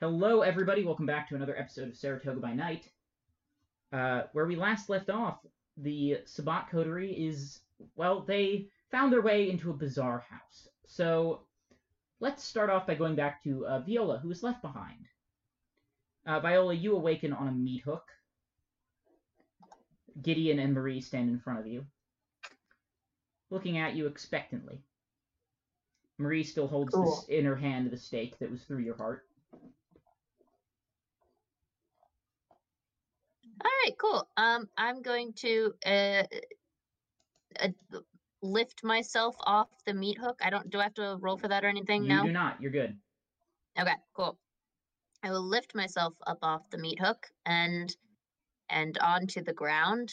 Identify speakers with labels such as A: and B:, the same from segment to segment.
A: Hello, everybody. Welcome back to another episode of Saratoga by Night. Uh, where we last left off, the Sabat Coterie is, well, they found their way into a bizarre house. So let's start off by going back to uh, Viola, who is left behind. Uh, Viola, you awaken on a meat hook. Gideon and Marie stand in front of you, looking at you expectantly. Marie still holds
B: Cool.
A: this in her hand the stake that was through your heart.
B: All right, cool. Um, I'm going to uh, uh, lift myself off the meat hook. I don't. Do I have to roll for that or anything?
A: You
B: no.
A: do not. You're good.
B: Okay, cool. I will lift myself up off the meat hook and and onto the ground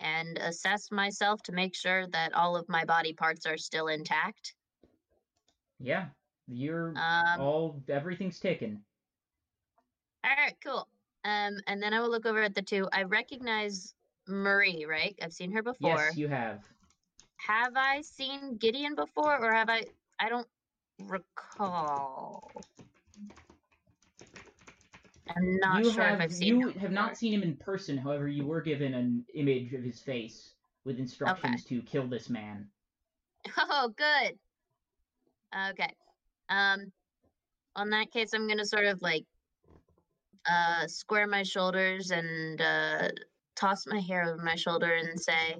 B: and assess myself to make sure that all of my body parts are still intact.
A: Yeah, you're
B: Um,
A: all everything's taken.
B: All right, cool. Um, and then I will look over at the two. I recognize Marie, right? I've seen her before.
A: Yes, you have.
B: have I seen Gideon before, or have I? I don't recall. I'm not
A: you
B: sure
A: have,
B: if I've seen.
A: you
B: him
A: have
B: before.
A: not seen him in person. However, you were given an image of his face with instructions to kill this man.
B: Oh, good. Okay. Um, on that case, I'm gonna sort of like, uh, square my shoulders and uh, toss my hair over my shoulder and say,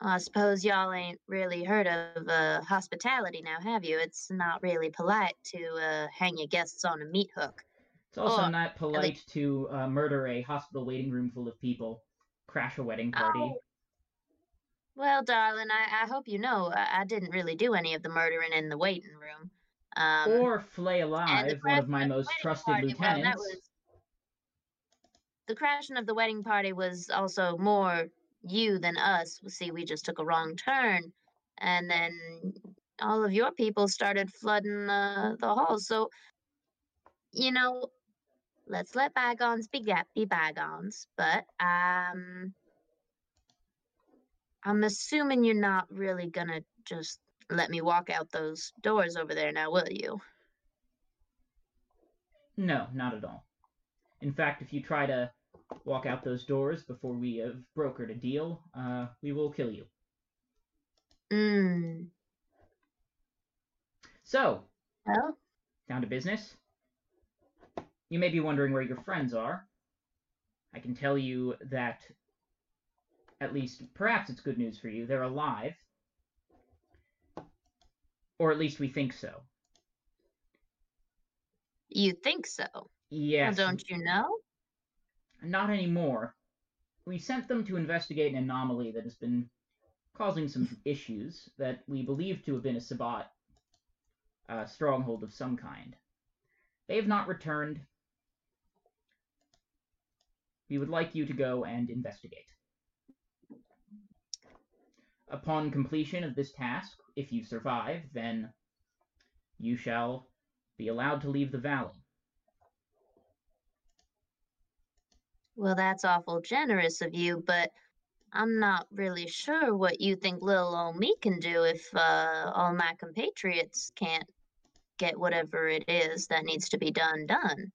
B: "Well, I suppose y'all ain't really heard of uh, hospitality now, have you? It's not really polite to uh, hang your guests on a meat hook.
A: It's also
B: Oh,
A: not polite to uh, murder a hospital waiting room full of people, crash a wedding party.
B: Oh. Well, darling, I, I hope you know I, I didn't really do any of the murdering in the waiting room. Um,
A: or flay alive one
B: crash
A: of my
B: of
A: most
B: wedding
A: trusted
B: party, well, that
A: lieutenants.
B: was- the crashing of the wedding party was also more you than us. See, we just took a wrong turn, and then all of your people started flooding the the halls. So, you know, let's let bygones be ga- be bygones. But um, I'm assuming you're not really gonna just let me walk out those doors over there now, will you?
A: No, not at all. In fact, if you try to walk out those doors before we have brokered a deal, uh, we will kill you.
B: Mm.
A: So,
B: Well,
A: down to business. You may be wondering where your friends are. I can tell you that, at least perhaps it's good news for you, they're alive. Or at least we think so.
B: You think so? Well,
A: Yes.
B: don't you know?
A: Not anymore. We sent them to investigate an anomaly that has been causing some issues that we believe to have been a Sabbat uh, stronghold of some kind. They have not returned. We would like you to go and investigate. Upon completion of this task, if you survive, then you shall be allowed to leave the valley.
B: Well, that's awful generous of you, but I'm not really sure what you think little old me can do if uh, all my compatriots can't get whatever it is that needs to be done done.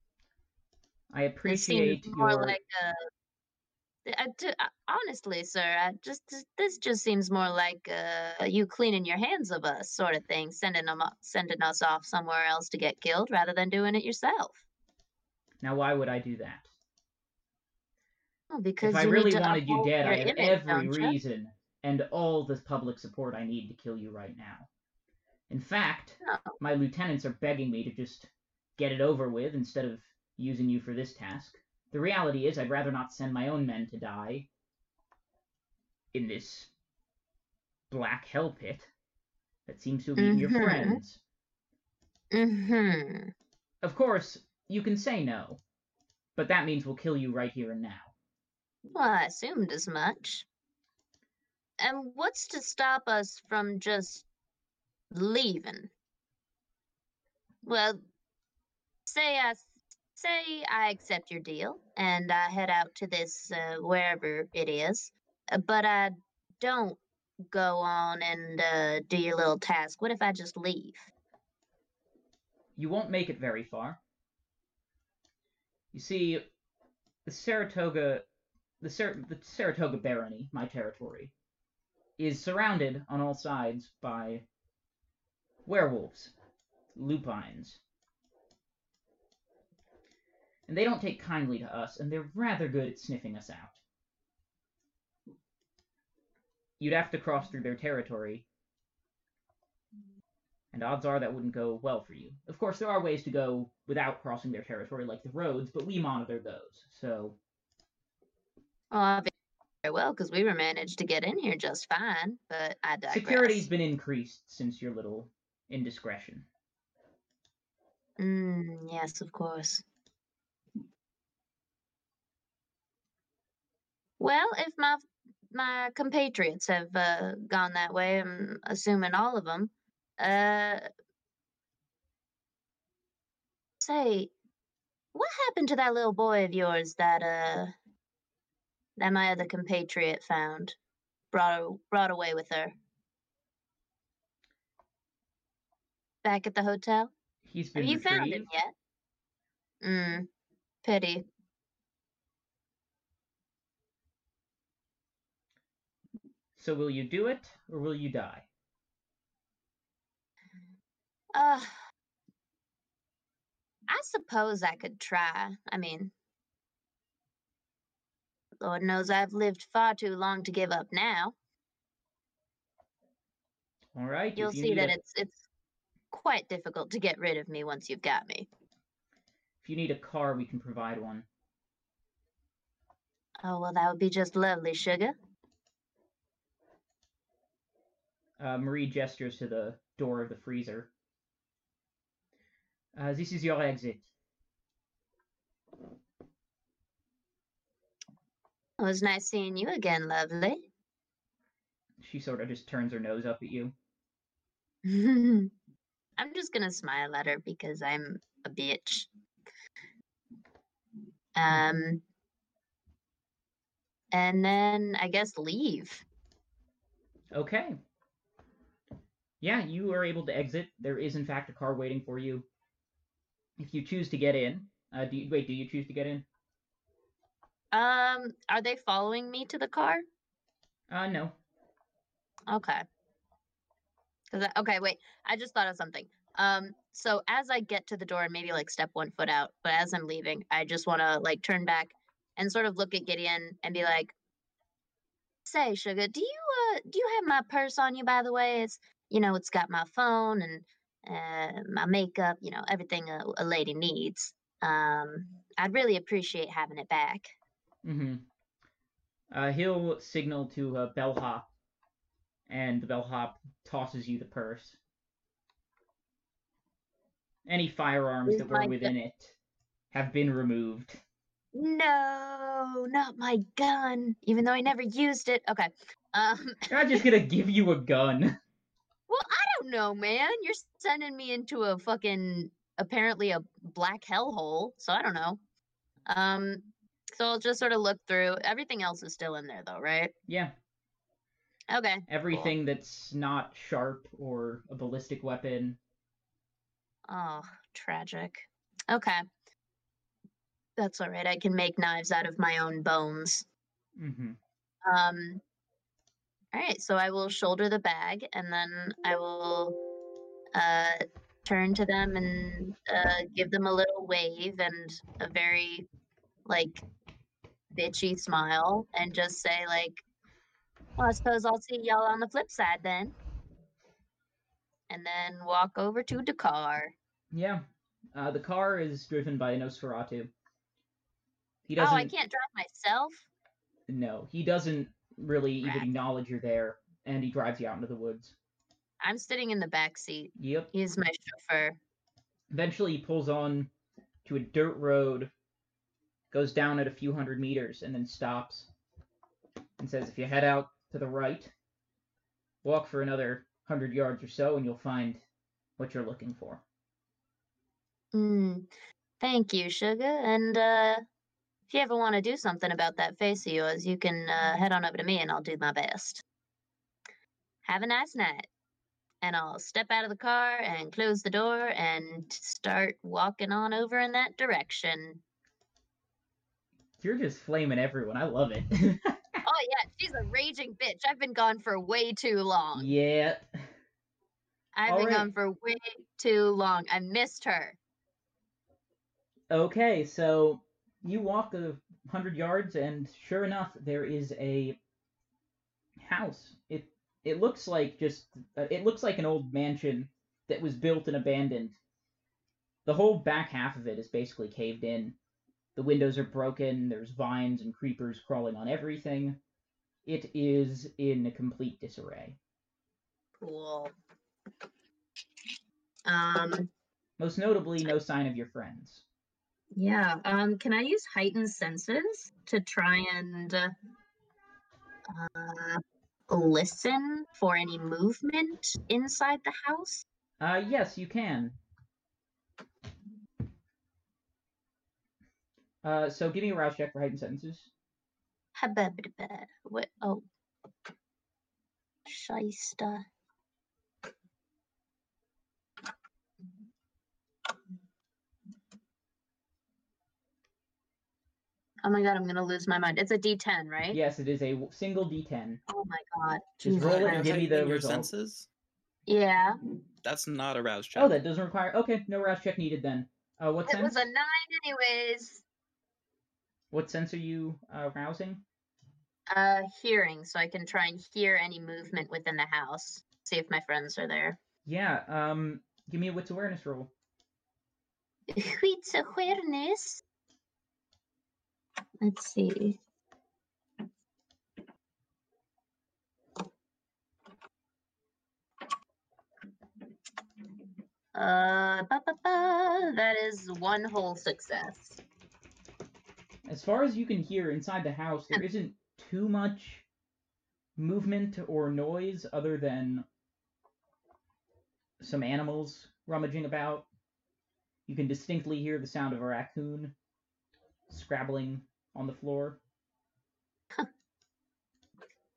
A: I
B: This
A: appreciate
B: seems more
A: your
B: like a. I do- I- honestly, sir, I just this- this just seems more like uh, you cleaning your hands of us sort of thing, sending 'em o- sending us off somewhere else to get killed rather than doing it yourself.
A: now. Why would I do that?
B: Oh, because
A: If I
B: you need
A: really
B: to
A: wanted you
B: uphold
A: dead,
B: your
A: I have
B: image,
A: every
B: don't ya?
A: reason and all the public support I need to kill you right now. In fact,
B: No.
A: my lieutenants are begging me to just get it over with instead of using you for this task. The reality is, I'd rather not send my own men to die in this black hell pit that seems to have eaten your
B: Mhm.
A: friends.
B: Mm-hmm.
A: Of course, you can say no, but that means we'll kill you right here and now.
B: Well, I assumed as much. And what's to stop us from just leaving? Well, say I s- say I accept your deal and I head out to this uh, wherever it is, uh, but I don't go on and uh, do your little task. What if I just leave?
A: you won't make it very far. You see, the Saratoga, the, Sar- the Saratoga Barony, my territory, is surrounded on all sides by werewolves, lupines. And they don't take kindly to us, and they're rather good at sniffing us out. You'd have to cross through their territory, and odds are that wouldn't go well for you. Of course, there are ways to go without crossing their territory, like the roads, but we monitor those, so.
B: Well, obviously, very well, because we were managed to get in here just fine, but I digress.
A: Security's been increased since your little indiscretion.
B: Mm, yes, of course. Well, if my my compatriots have uh, gone that way, I'm assuming all of them. Uh, say, what happened to that little boy of yours that uh that my other compatriot found, brought brought away with her? Back at the hotel.
A: He's been
B: Have you
A: retrieved.
B: found him yet? Mm, pity.
A: So will you do it, or will you die?
B: Uh, I suppose I could try. I mean, Lord knows I've lived far too long to give up now.
A: All right.
B: You'll
A: if you
B: see
A: need
B: that
A: a,
B: it's it's quite difficult to get rid of me once you've got me.
A: if you need a car, we can provide one.
B: Oh well, that would be just lovely, sugar.
A: Uh, Marie gestures to the door of the freezer. Uh, this is your exit.
B: It was nice seeing you again, lovely.
A: She sort of just turns her nose up at you.
B: I'm just gonna smile at her because I'm a bitch. Um, and then I guess leave.
A: Okay. Yeah, you are able to exit. There is, in fact, a car waiting for you. If you choose to get in, uh, do you, wait? Do you choose to get in?
B: Um, are they following me to the car?
A: Uh, no.
B: Okay. Cause I, okay, wait. I just thought of something. Um, so as I get to the door and maybe like step one foot out, but as I'm leaving, I just want to like turn back and sort of look at Gideon and be like, "Say, sugar, do you uh do you have my purse on you? By the way, it's you know it's got my phone and uh, my makeup, you know everything a, a lady needs. Um, I'd really appreciate having it back."
A: Mm-hmm. Uh, he'll signal to a bellhop, and the bellhop tosses you the purse. Any firearms
B: Is
A: that were
B: my gu-
A: within it have been removed.
B: No, not my gun. Even though I never used it. Okay. Um.
A: They're not just gonna give you a gun.
B: Well, I don't know, man. You're sending me into a fucking apparently a black hellhole, so I don't know. Um, so I'll just sort of look through. Everything else is still in there, though, right?
A: Yeah,
B: Okay.
A: everything that's not sharp or a ballistic weapon.
B: Oh, tragic. Okay, that's all right. I can make knives out of my own bones.
A: Mm-hmm.
B: Um, all right. So I will shoulder the bag, and then I will uh, turn to them and uh, give them a little wave and a very like bitchy smile, and just say like, "Well, I suppose I'll see y'all on the flip side then." And then walk over to Dakar.
A: Yeah. Uh, the car is driven by Nosferatu. He
B: Oh,
A: doesn't.
B: I can't drive myself.
A: No, he doesn't really even
B: Rat.
A: acknowledge you're there, and he drives you out into the woods.
B: I'm sitting in the back seat.
A: Yep.
B: He's my chauffeur.
A: Eventually, he pulls on to a dirt road, goes down at a few hundred meters, and then stops and says, If you head out to the right, walk for another hundred yards or so, and you'll find what you're looking for.
B: Mm, thank you, Sugar. And uh, if you ever want to do something about that face of yours, you can uh, head on over to me and I'll do my best. Have a nice night. and I'll step out of the car and close the door and start walking on over in that direction.
A: You're just flaming everyone. I love it.
B: oh, yeah, she's a raging bitch. I've been gone for way too long.
A: yeah.
B: I've
A: all
B: been
A: right.
B: gone for way too long. I missed her.
A: Okay, so you walk a hundred yards, and sure enough, there is a house. It it looks like just uh, it looks like an old mansion that was built and abandoned. The whole back half of it is basically caved in. The windows are broken. There's vines and creepers crawling on everything. It is in complete disarray.
B: Cool. Um,
A: Most notably, no sign of your friends.
B: yeah. Um, can I use heightened senses to try and uh, listen for any movement inside the house?
A: Uh, yes, you can. Uh, so give me a rouse check for heightened sentences.
B: Habababa. What? Oh. Shysta. Oh my god, I'm gonna lose my mind. It's a D10, right?
A: Yes, it is a w- single d10.
B: Oh my god.
A: Just
B: Jesus
A: roll it
B: Christ.
A: and give me the
C: Heighten your
A: result.
C: senses.
B: Yeah.
C: That's not a rouse check.
A: Oh, that doesn't require. Okay, no rouse check needed then. Uh, what
B: It
A: sense?
B: was a nine, anyways.
A: What sense are you uh, rousing?
B: Uh, hearing, so I can try and hear any movement within the house. See if my friends are there.
A: Yeah. Um, give me a wits awareness roll.
B: Wheat's awareness. Let's see. Uh, ba, ba, ba. that is one whole success.
A: As far as you can hear inside the house, there isn't too much movement or noise other than some animals rummaging about. You can distinctly hear the sound of a raccoon scrabbling on the floor.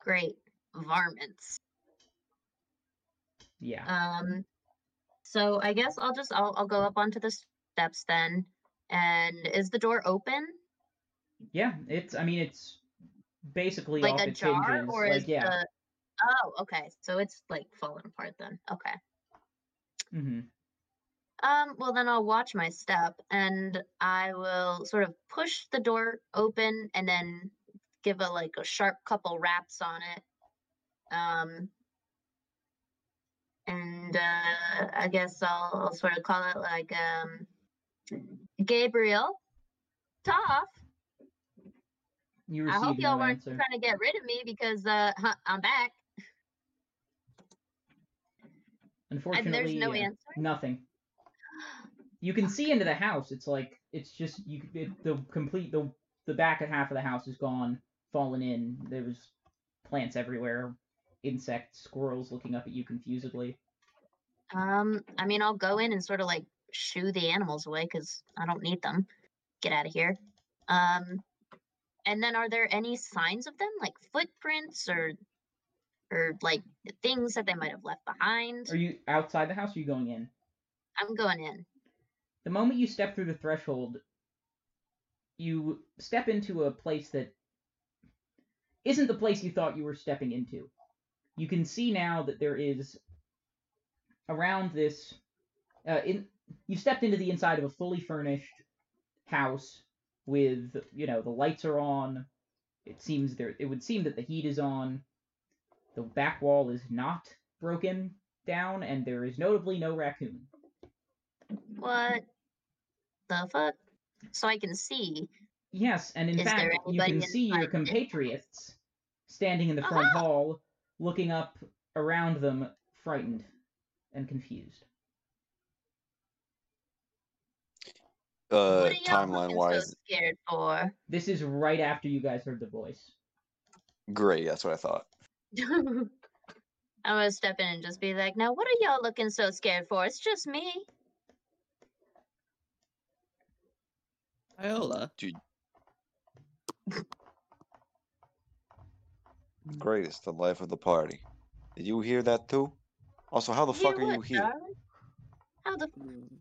B: Great. Varmints.
A: Yeah.
B: Um, so I guess I'll just I'll I'll go up onto the steps then. And is the door open?
A: Yeah, it's I mean it's basically
B: like
A: off
B: a
A: its
B: jar
A: hinges.
B: or
A: like,
B: is
A: yeah.
B: the oh okay so it's like falling apart then okay
A: hmm
B: um well then i'll watch my step and i will sort of push the door open and then give a like a sharp couple raps on it um and uh i guess i'll, I'll sort of call it like um gabriel toff
A: You
B: i
A: receive
B: hope
A: no
B: y'all weren't
A: answer.
B: trying to get rid of me because uh huh, i'm back and
A: Unfortunately,
B: there's no
A: yeah,
B: answer
A: nothing. You can see into the house. It's like it's just you. c- It, the complete the the back half of the house is gone, fallen in. There was plants everywhere, insects, squirrels looking up at you confusedly.
B: Um, I mean, I'll go in and sort of like shoo the animals away because I don't need them. Get out of here. Um, and then are there any signs of them, like footprints or, or like things that they might have left behind?
A: Are you outside the house? Or are you going in?
B: I'm going in.
A: The moment you step through the threshold, you step into a place that isn't the place you thought you were stepping into. You can see now that there is around this uh, in you stepped into the inside of a fully furnished house with you know the lights are on. It seems there it would seem that the heat is on. The back wall is not broken down and there is notably no raccoon.
B: What the fuck? So I can see.
A: Yes, and in
B: Is there
A: fact, you
B: anybody
A: can see your
B: inside this
A: compatriots standing in the front
B: Ah!
A: hall, looking up around them, frightened and confused.
D: Uh,
B: what are y'all
D: timeline
B: looking
D: wise,
B: so scared for?
A: This is right after you guys heard the voice.
D: great. That's what I thought.
B: I'm gonna step in and just be like, now what are y'all looking so scared for? It's just me.
C: Viola.
D: Greatest, the life of the party. Did you hear that too? Also, how the fuck are you
B: would,
D: here?
B: darling. How the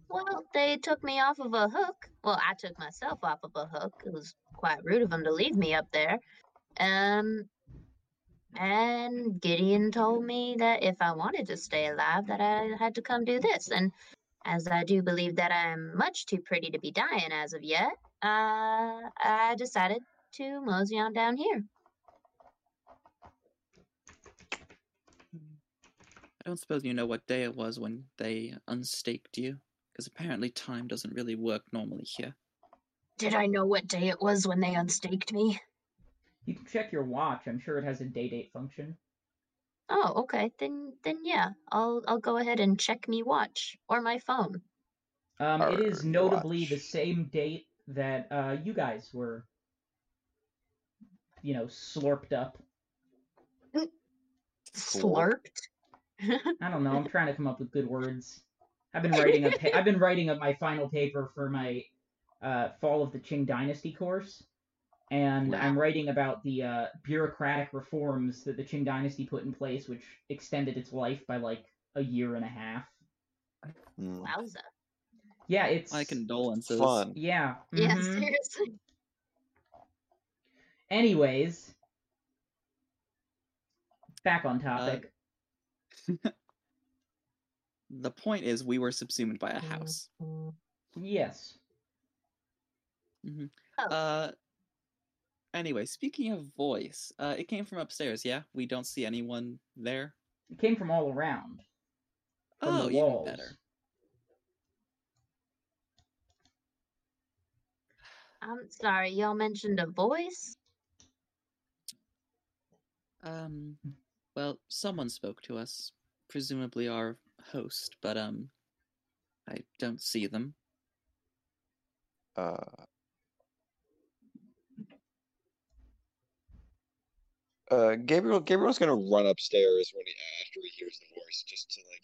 B: well? They took me off of a hook. Well, I took myself off of a hook. It was quite rude of them to leave me up there. Um, and Gideon told me that if I wanted to stay alive, that I had to come do this. And as I do believe that I'm much too pretty to be dying as of yet, uh, I decided to mosey on down here.
C: I don't suppose you know what day it was when they unstaked you, because apparently time doesn't really work normally here.
B: Did I know what day it was when they unstaked me?
A: You can check your watch. I'm sure it has a day date function.
B: Oh, okay. Then then yeah, I'll I'll go ahead and check me watch or my phone.
A: Um, it is
D: Our
A: notably the
D: watch.
A: same date that uh, you guys were, you know, slurped up.
B: Slurped.
A: I don't know. I'm trying to come up with good words. I've been writing a pa- I've been writing up my final paper for my uh, Fall of the Qing Dynasty course, and
C: Wow.
A: I'm writing about the uh, bureaucratic reforms that the Qing Dynasty put in place, which extended its life by like a year and a half.
D: Mm,
B: Wowza.
A: Yeah, it's
C: My condolences.
D: Fun.
A: Yeah.
B: Yeah,
D: Mm-hmm.
A: mhm.
B: seriously.
A: Anyways, back
C: Uh,
A: on topic.
C: The point is, we were subsumed by a
A: Mm.
C: house.
A: yes.
C: Uh, anyway, speaking of voice, uh, it came from upstairs. Yeah, we don't see anyone there.
A: It came from all around. From
C: oh,
A: the walls.
C: even better.
B: I'm sorry, y'all mentioned a voice.
C: Um, well, someone spoke to us, presumably our host, but um, I don't see them.
D: Uh, uh, Gabriel, Gabriel's gonna run upstairs when he after he hears the voice, just to like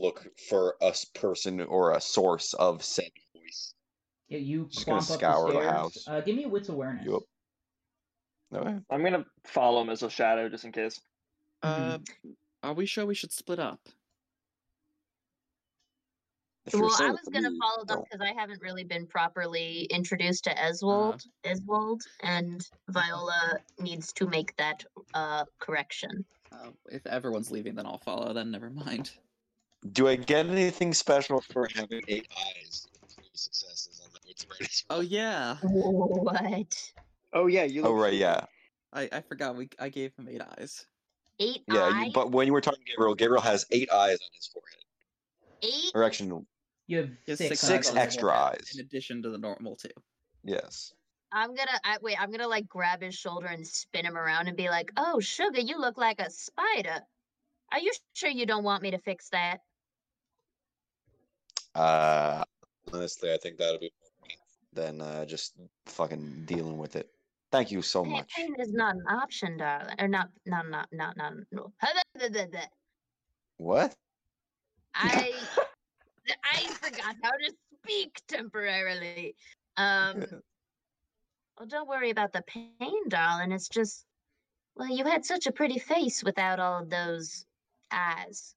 D: look for a s- person or a source of said voice.
A: Yeah, you
D: Just gonna
A: clomp up
D: scour
A: the
D: the
A: stairs.
D: house.
A: Uh, give me a wits awareness.
D: Yup. Okay.
E: I'm gonna follow him as a shadow just in case.
C: Uh,
A: Mhm.
C: are we sure we should split up?
D: If you're
B: Well, I
D: saying
B: was gonna
D: we
B: follow them
D: don't- Uh-huh.
B: because I haven't really been properly introduced to Eswold, Eswold, and Viola needs to make that uh correction.
C: Uh, if everyone's leaving, then I'll follow. Then never mind.
D: Do I get anything special for having eight eyes? Three Successes on that wits awareness
C: Oh
D: roll.
C: yeah,
B: What?
E: Oh yeah, you.
D: Oh right, yeah,
C: I, I forgot. We I gave him eight eyes.
B: Eight
D: yeah.
B: eyes?
D: You, but when you were talking to Gabriel, Gabriel has eight eyes on his forehead,
B: Eight?
D: or actually,
A: You have
C: He has
A: six,
D: six
C: eyes on his
D: extra
C: forehead,
D: eyes.
C: in addition to the normal two.
D: yes.
B: I'm gonna I, wait. I'm gonna like grab his shoulder and spin him around and be like, "Oh, sugar, you look like a spider. Are you sure you don't want me to fix that?"
D: Uh, honestly, I think that'll be more me than uh, just fucking dealing with it. Thank you so
B: Pain,
D: much.
B: pain is not an option, darling. Or not, not, not, not, not. no.
D: What?
B: I I forgot how to speak temporarily. Um, well, don't worry about the pain, darling. It's just, well, you had such a pretty face without all of those eyes.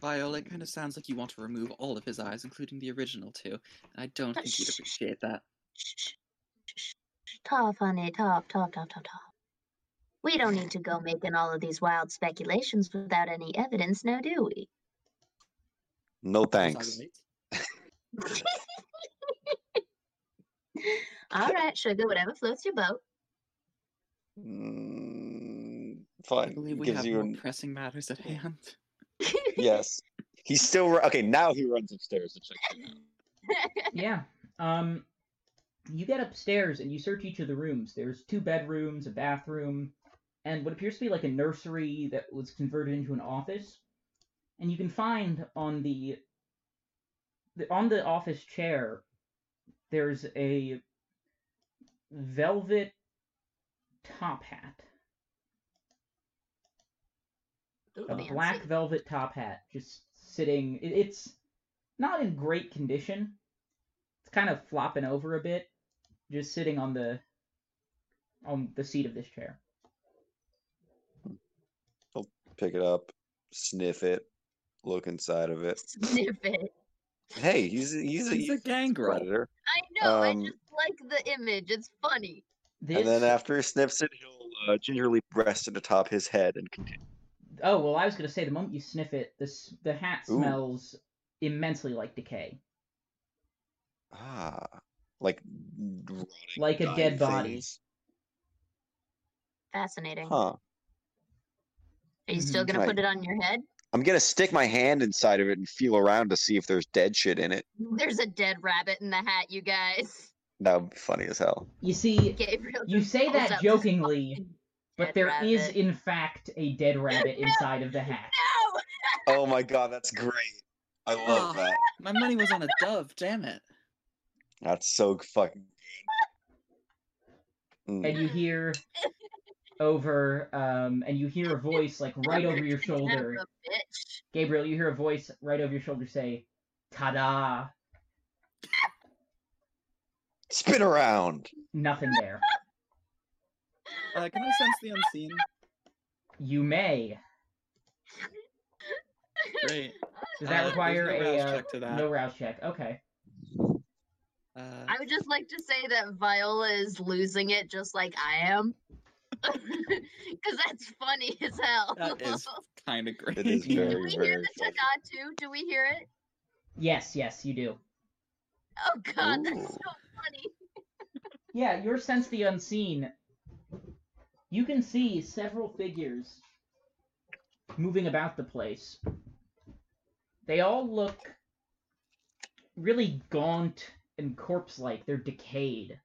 C: Viola, it kind of sounds like you want to remove all of his eyes, including the original two. I don't think you'd
B: Shh.
C: appreciate that.
B: Shh, shh, shh, shh. Tough, honey. Tough, tough, tough, tough, tough. We don't need to go making all of these wild speculations without any evidence, now do we?
D: No
C: Is that
D: thanks.
C: right?
B: all right, sugar, whatever floats your boat.
D: Mm,
C: I
D: fine.
C: believe we
D: Gives
C: have
D: you
C: more
D: an...
C: pressing matters at hand.
D: yes. He's still ru- okay. Now he runs upstairs to check. it out.
A: yeah. Um, you get upstairs and you search each of the rooms. There's two bedrooms, a bathroom, and what appears to be like a nursery that was converted into an office. And you can find on the, the on the office chair, there's a velvet top hat,
B: Ooh,
A: a
B: fancy.
A: black velvet top hat, just sitting. It, it's not in great condition. It's kind of flopping over a bit, just sitting on the on the seat of this chair.
D: I'll pick it up, sniff it, look inside of it.
B: Sniff it.
D: Hey, he's a- he's a,
C: He's a gangrel.
D: predator.
B: I know.
D: Um,
B: I just like the image. It's funny.
A: This
D: And then after he sniffs it, he'll uh, gingerly rest it atop his head and continue.
A: Oh well, I was gonna say the moment you sniff it, this the hat
D: Ooh.
A: smells immensely like decay,
D: Ah, like rotting,
A: Like a
D: dying
A: dead body.
D: things.
B: Fascinating.
D: Huh.
B: Are you still
A: Mhm.
B: gonna
D: Right.
B: put it on your head?
D: I'm gonna stick my hand inside of it and feel around to see if there's dead shit in it.
B: There's a dead rabbit in the hat, you guys.
D: That would be funny as hell.
A: You see,
B: Gabriel.
A: you
B: just
A: say
B: pulls
A: that
B: out this
A: jokingly,
B: fucking
A: but
B: dead
A: there is
B: rabbit.
A: in fact a dead rabbit
B: No.
A: inside of the hat.
B: No.
D: Oh my god, that's great. I
C: Oh.
D: love that.
C: My money was on a dove. Damn it.
D: That's so fucking good. Mm.
A: And you hear over, um, and you hear a voice like right over your
B: Son of
A: shoulder.
B: a bitch.
A: Gabriel, you hear a voice right over your shoulder say, "Ta-da!"
D: Spin around.
A: Nothing there.
C: Uh, can I sense the unseen?
A: You may.
C: Great.
A: Does that
C: Uh, there's
A: require
C: no
A: a
C: rouse
A: uh,
C: check to that.
A: no rouse check? Okay.
C: Uh,
B: I would just like to say that Viola is losing it just like I am. Because that's funny as hell.
C: that is kind of great.
D: It is
B: Do
D: very,
B: we
D: very
B: hear the
D: funny.
B: ta-da too? Do we hear it?
A: Yes, yes, you do.
B: Oh god, that's so
D: Ooh.
B: funny.
A: Yeah, your sense the unseen. You can see several figures moving about the place. They all look really gaunt and corpse like. They're decayed.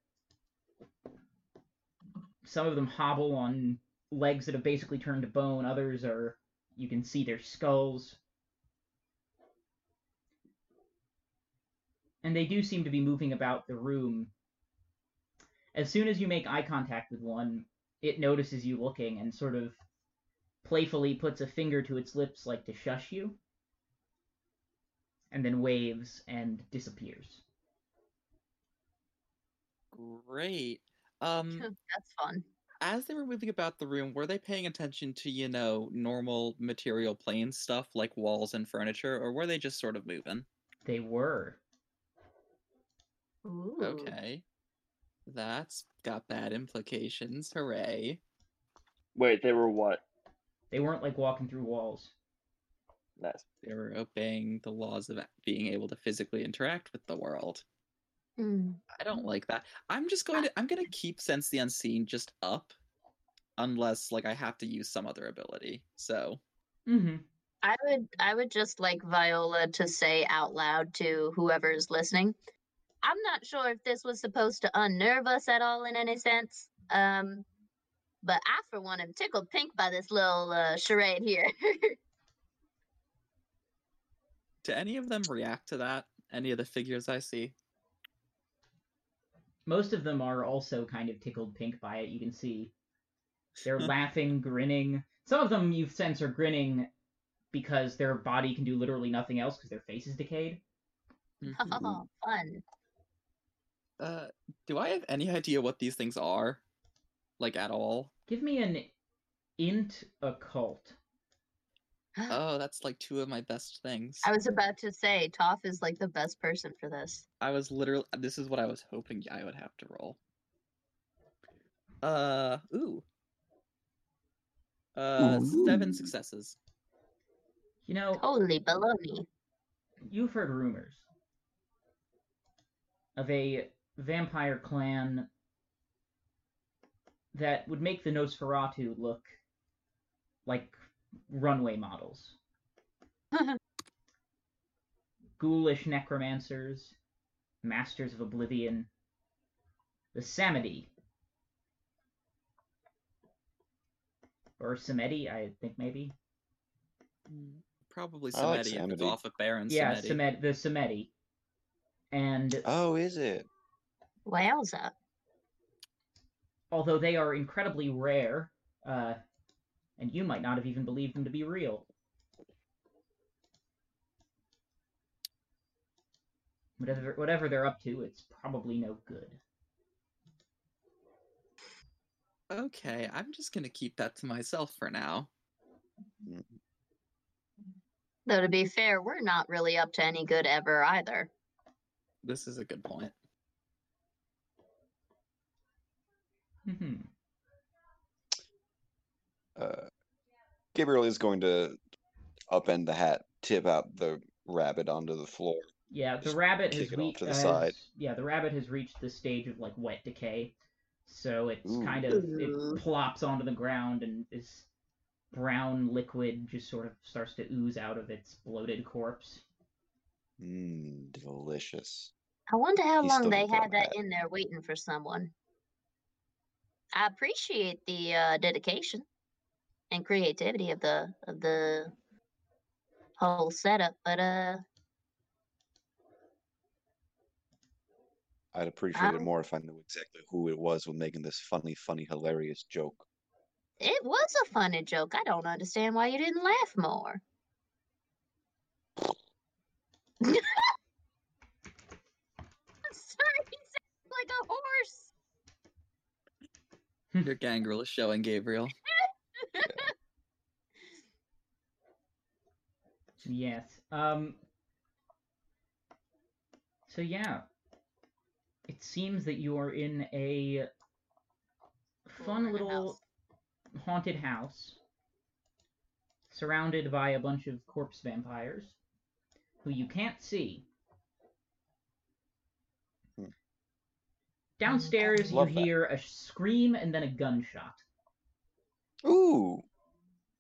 A: Some of them hobble on legs that have basically turned to bone, others are. You can see their skulls. And they do seem to be moving about the room as soon as you make eye contact with one, it notices you looking and sort of playfully puts a finger to its lips like to shush you, and then waves and disappears.
C: Great. Um,
B: that's fun.
C: as they were moving about the room, were they paying attention to, you know, normal material plane stuff like walls and furniture, or were they just sort of moving?
A: They were.
B: Ooh.
C: Okay. That's got bad implications. Hooray.
E: Wait, they were what?
A: They weren't like walking through walls.
E: Nice.
C: They were obeying the laws of being able to physically interact with the world.
B: Hmm.
C: I don't like that. I'm just going to I'm going to keep sense the unseen just up unless like I have to use some other ability. So,
A: Mm-hmm.
B: I would I would just like Viola to say out loud to whoever is listening. I'm not sure if this was supposed to unnerve us at all in any sense. Um but I for one am tickled pink by this little uh, charade here.
C: do any of them react to that? Any of the figures I see?
A: Most of them are also kind of tickled pink by it. You can see they're laughing, grinning. Some of them you sense are grinning because their body can do literally nothing else because their face is decayed.
C: Mhm.
D: Mm-hmm.
B: oh, fun.
C: Uh, do I have any idea what these things are? Like at all?
A: Give me an int occult.
C: Oh, that's like two of my best things.
B: Uh. I was about to say Toph is like the best person for this.
C: I was literally this is what I was hoping I would have to roll. Uh, ooh. Uh, seven successes.
A: You know,
B: Holy baloney.
A: you've heard rumors of a vampire clan that would make the Nosferatu look like runway models. Ghoulish necromancers, masters of oblivion, the Samedi. Or Samedi, I think maybe.
C: Mm, Probably
D: I like
C: Samedi if it's
D: Samedi.
C: off of Baron
A: yeah,
C: Samedi.
A: Semed- the Samedi. And
D: Oh, is it?
B: Wowza.
A: although they are incredibly rare, uh, and you might not have even believed them to be real. Whatever, whatever they're up to, it's probably no good.
C: Okay, I'm just gonna keep that to myself for now.
B: Though to be fair, we're not really up to any good ever either.
C: This is a good point.
A: Hmm.
D: Uh, Gabriel is going to upend the hat, tip out the rabbit onto the floor.
A: Yeah, the
D: Just
A: rabbit
D: kick
A: has
D: it off
A: reached.
D: to the side.
A: Yeah, the rabbit has reached the stage of like wet decay, so it's
D: Ooh.
A: kind of
B: Ooh.
A: it plops onto the ground and this brown liquid just sort of starts to ooze out of its bloated corpse.
D: Mmm, delicious.
B: I wonder how
D: He's
B: long
D: still
B: they
D: looking
B: had
D: at
B: that
D: that.
B: in there waiting for someone. I appreciate the uh, dedication and creativity of the of the whole setup, but uh,
D: I'd appreciate it
B: Um,
D: more if I knew exactly who it was when making this funny, funny, hilarious joke.
B: it was a funny joke. I don't understand why you didn't laugh more. Sorry, he sounds like a horse.
C: Your gangrel is showing, Gabriel.
A: Yes. Um. So yeah, it seems that you are in a fun
B: Ooh, and a
A: little
B: mouse.
A: haunted house surrounded by a bunch of corpse vampires who you can't see.
D: Hmm.
A: Downstairs, you
D: Love that.
A: hear a scream and then a gunshot.
D: Ooh,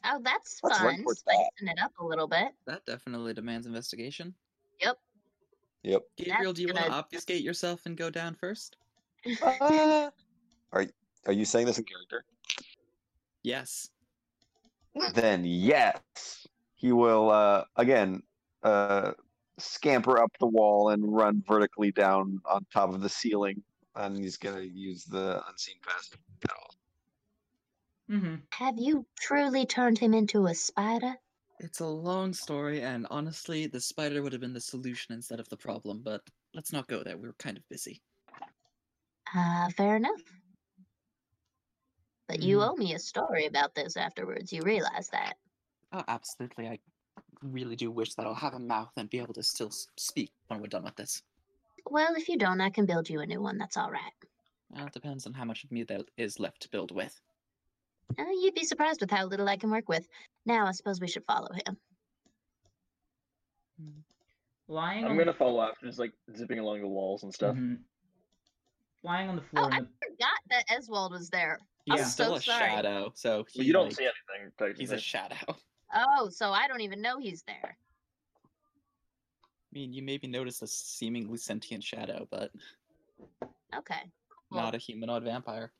B: Oh, that's
D: Let's run
B: fun.
D: towards that.
B: Spicing it up a little bit.
C: That definitely demands investigation.
D: yep.
C: Gabriel,
B: That's
C: do you want to
B: gonna-
C: obfuscate yourself and go down first?
D: Ah. are are you saying this in character?
C: Yes.
D: Then yes, he will uh, again uh, scamper up the wall and run vertically down on top of the ceiling, and he's gonna use the unseen pass.
A: Mm-hmm.
B: Have you truly turned him into a spider?
C: It's a long story, and honestly, the spider would have been the solution instead of the problem, but let's not go there. We were kind of busy.
B: Uh, fair enough. But you
A: Mhm.
B: owe me a story about this afterwards. You realize that.
C: Oh, absolutely. I really do wish that I'll have a mouth and be able to still s- speak when we're done with this.
B: Well, if you don't, I can build you a new one. That's all right.
C: Well, it depends on how much of me there is left to build with.
B: Uh, you'd be surprised with how little I can work with. Now, I suppose we should follow him.
A: Lying on
E: I'm
A: the
E: gonna follow after, just like zipping along the walls and
C: Mm-hmm.
E: stuff.
A: Mhm. Lying on the floor.
B: I
A: in the...
B: Forgot that Eswald was there.
C: He's
A: Yeah.
C: still
B: so
C: a
B: sorry.
C: shadow, so
E: Well,
C: he,
E: you don't
C: like,
E: see anything.
C: he's a
E: Technically.
C: shadow.
B: Oh, so I don't even know he's there.
C: I mean, you maybe notice a seemingly sentient shadow, but
B: Okay. Cool.
C: not a humanoid vampire.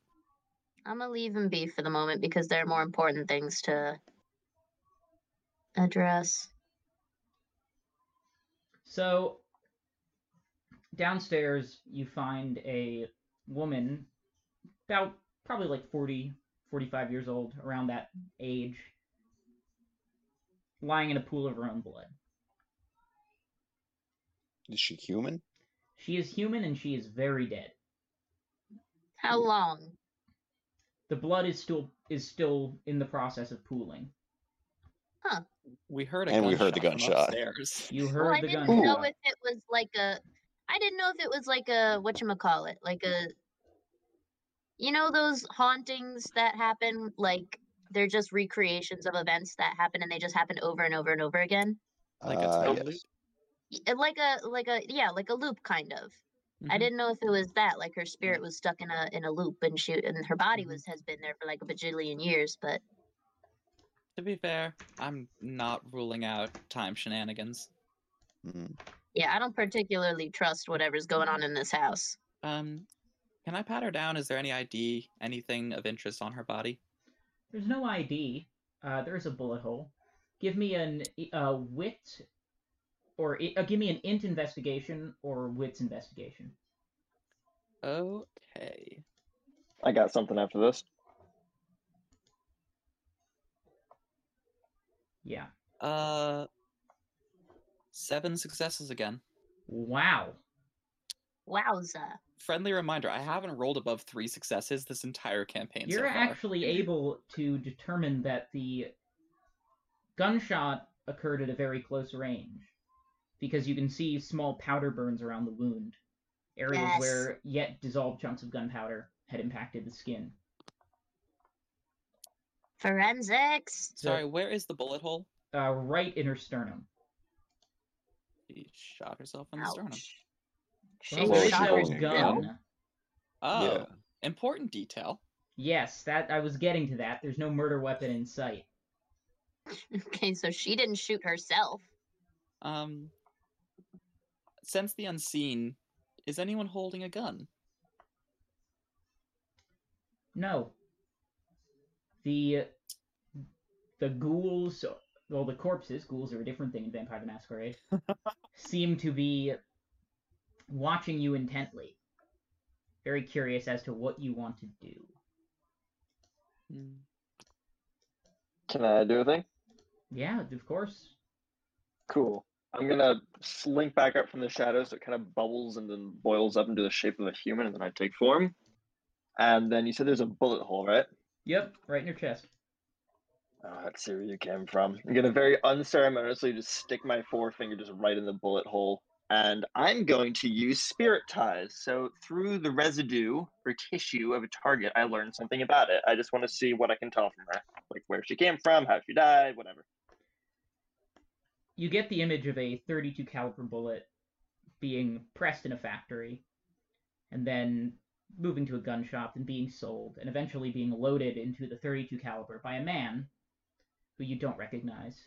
B: I'm gonna leave him be for the moment because there are more important things to address.
A: So downstairs you find a woman about probably like 40, 45 years old, around that age, lying in a pool of her own blood.
D: Is she human?
A: She is human and she is very dead.
B: How long?
A: The blood is still is still in the process of pooling.
C: We heard a
D: And we heard the
C: gunshot from
D: gunshot.
C: upstairs.
A: You heard
B: Well, Oh, I
A: the
B: didn't
A: gunshot.
B: know if it was like a. I didn't know if it was like a what you call it, like a. You know those hauntings that happen, like they're just recreations of events that happen, and they just happen over and over and over again.
C: Like it's
D: Ah,
C: no
D: yes.
C: loop?
B: Y- uh, Like a, like a, yeah, like a loop kind of. I
C: Mhm.
B: didn't know if it was that, like her spirit was stuck in a in a loop, and she and her body
C: Mhm.
B: was has been there for like a bajillion years, but
C: To be fair, I'm not ruling out time shenanigans.
D: Mm.
B: yeah, I don't particularly trust whatever's going on in this house.
C: Um, can I pat her down? Is there any ID, anything of interest on her body?
A: There's no ID. Uh, there is a bullet hole. Give me an uh, wit, or i- uh, give me an int investigation or wits investigation.
C: Okay.
E: I got something after this.
A: Yeah.
C: Uh, seven successes again.
A: Wow.
B: Wowza!
C: Friendly reminder: I haven't rolled above three successes this entire campaign.
A: You're
C: so far.
A: actually able to determine that the gunshot occurred at a very close range because you can see small powder burns around the wound, areas
B: Yes.
A: where yet dissolved chunks of gunpowder had impacted the skin.
B: Forensics.
A: So-
C: Sorry, where is the bullet hole?
A: Uh, right in her sternum.
C: She shot herself in the sternum.
B: Ouch. She
A: Well,
D: Well,
A: there is
D: she's
B: shot
A: no
D: holding a
A: gun.
C: Oh,
D: Yeah.
C: important detail.
A: Yes, that I was getting to that. There's no murder weapon in sight.
B: Okay, so she didn't shoot herself.
C: Um, since the unseen, is anyone holding a gun?
A: No. The the ghouls, well, the corpses, ghouls are a different thing in Vampire the Masquerade, seem to be watching you intently, very curious as to what you want to do.
C: Hmm.
E: Can I do a thing?
A: Yeah, of course.
E: Cool. I'm gonna slink back up from the shadows. so It kind of bubbles and then boils up into the shape of a human, and then I take form. And then you said there's a bullet hole, right?
A: Yep, right in your chest.
E: Oh, let's see where you came from. I'm gonna very unceremoniously just stick my forefinger just right in the bullet hole, and I'm going to use spirit ties. So through the residue or tissue of a target, I learned something about it. I just want to see what I can tell from her, like where she came from, how she died, whatever.
A: You get the image of a 32 caliber bullet being pressed in a factory, and then moving to a gun shop and being sold, and eventually being loaded into the 32 caliber by a man who you don't recognize.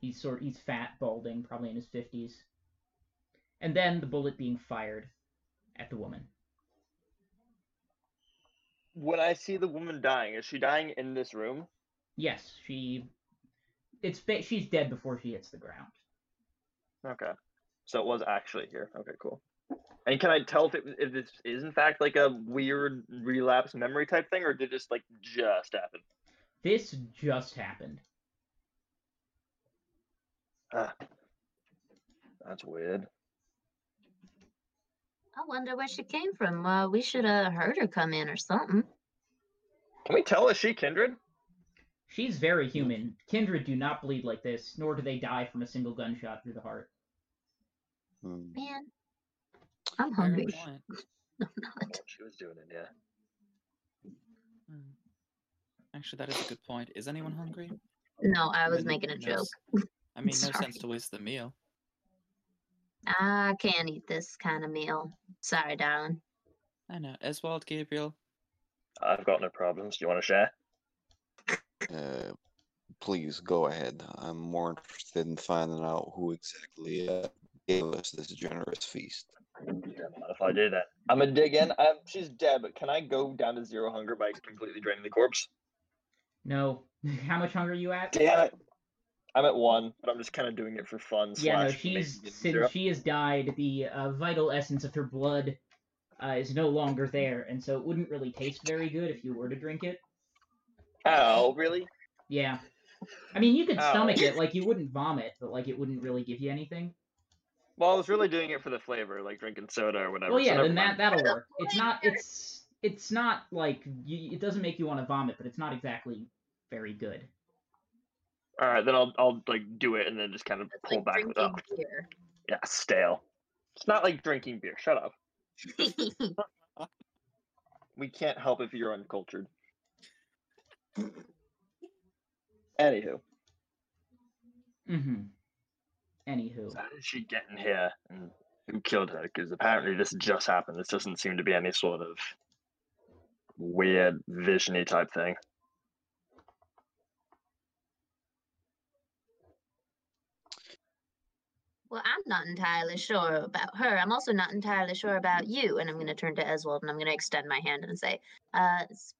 A: He's sort he's fat, balding, probably in his 50s. And then the bullet being fired at the woman.
E: When I see the woman dying, is she dying in this room?
A: Yes, she it's ba- she's dead before she hits the ground.
E: Okay. So it was actually here. Okay, cool. And can I tell if it, if this is in fact like a weird relapse memory type thing, or did it just like just happen?
A: This just happened.
E: That's weird.
B: I wonder where she came from. Uh, we should have heard her come in or something.
E: Can we tell is she kindred?
A: She's very
E: Hmm.
A: human. Kindred do not bleed like this, nor do they die from a single gunshot through the heart.
D: Hmm.
B: Man, I'm
C: Fair
B: hungry.
C: point.
B: I'm not.
E: She was doing it, yeah.
C: Hmm. Actually, that is a good point. Is anyone hungry?
B: No, Mm. I was
C: mean,
B: making a
C: no
B: joke.
C: s- I mean, no
B: Sorry.
C: sense to waste the meal.
B: I can't eat this kind of meal. Sorry, darling.
C: I know. Eswald, Gabriel,
E: I've got no problems. Do you want to share?
D: Uh, please go ahead. I'm more interested in finding out who exactly uh, gave us this generous feast.
E: Don't mind if I do that. I'm gonna dig in. Um, she's dead, but can I go down to zero hunger by completely draining the corpse?
A: No. How much hunger are you at?
E: Damn it! I'm at one, but I'm just kind of doing it for fun.
A: Yeah, no,
E: slash maybe
A: she's
E: get
A: since
E: zero.
A: she has died, the uh, vital essence of her blood uh, is no longer there, and so it wouldn't really taste very good if you were to drink it.
E: Oh, really?
A: Yeah. I mean, you could
E: Oh.
A: stomach it, like you wouldn't vomit, but like it wouldn't really give you anything.
E: Well, I was really doing it for the flavor, like drinking soda or whatever.
A: well,
E: so
A: yeah,
E: never
A: then that
E: mind.
A: that'll work. It's not it's it's not like you, it doesn't make you want to vomit, but it's not exactly very good.
E: All right, then I'll I'll like do it and then just kind of
B: It's
E: pull
B: like
E: back. With, oh,
B: drinking beer.
E: yeah, stale. It's not like drinking beer. Shut up. We can't help if you're uncultured. Anywho,
A: Mm-hmm. Anywho.
E: so how did she get in here and who killed her? Because apparently this just happened. This doesn't seem to be any sort of weird visiony type thing.
B: well, I'm not entirely sure about her. I'm also not entirely sure about you. And I'm going to turn to Eswald and I'm going to extend my hand and say, uh, it's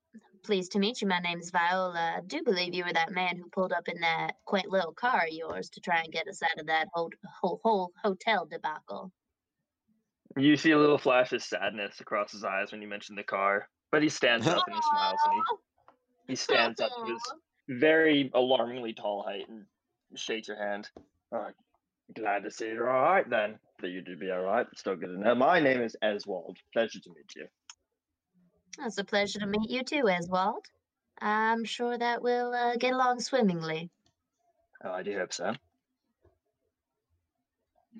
B: pleased to meet you. My name's Viola. I do believe you were that man who pulled up in that quaint little car of yours to try and get us out of that whole, whole, whole hotel debacle.
E: You see a little flash of sadness across his eyes when you mention the car, but he stands up and he smiles and he, he stands up to his very alarmingly tall height and shakes your hand. All right. Glad to see you're all right then. That you do be all right, but still good to know. My name is Eswald. Pleasure to meet you.
B: It's a pleasure to meet you too, Eswald. I'm sure that we'll uh, get along swimmingly.
E: Oh, I do hope so.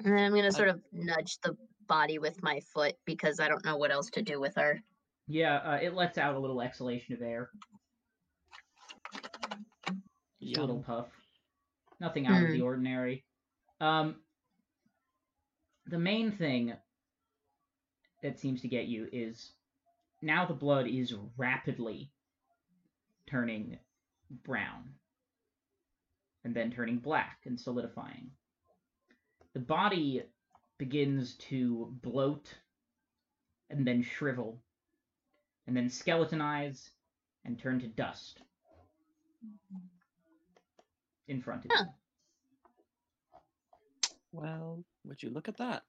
B: And then I'm gonna
C: I-
B: sort of nudge the body with my foot because I don't know what else to do with her.
A: Yeah, uh, it lets out a little exhalation of air, just a little
C: Yum.
A: puff. Nothing out of
B: Hmm.
A: the ordinary. Um, the main thing that seems to get you is now the blood is rapidly turning brown and then turning black and solidifying. The body begins to bloat and then shrivel and then skeletonize and turn to dust in front of you.
B: Huh.
C: Well, would you look at that?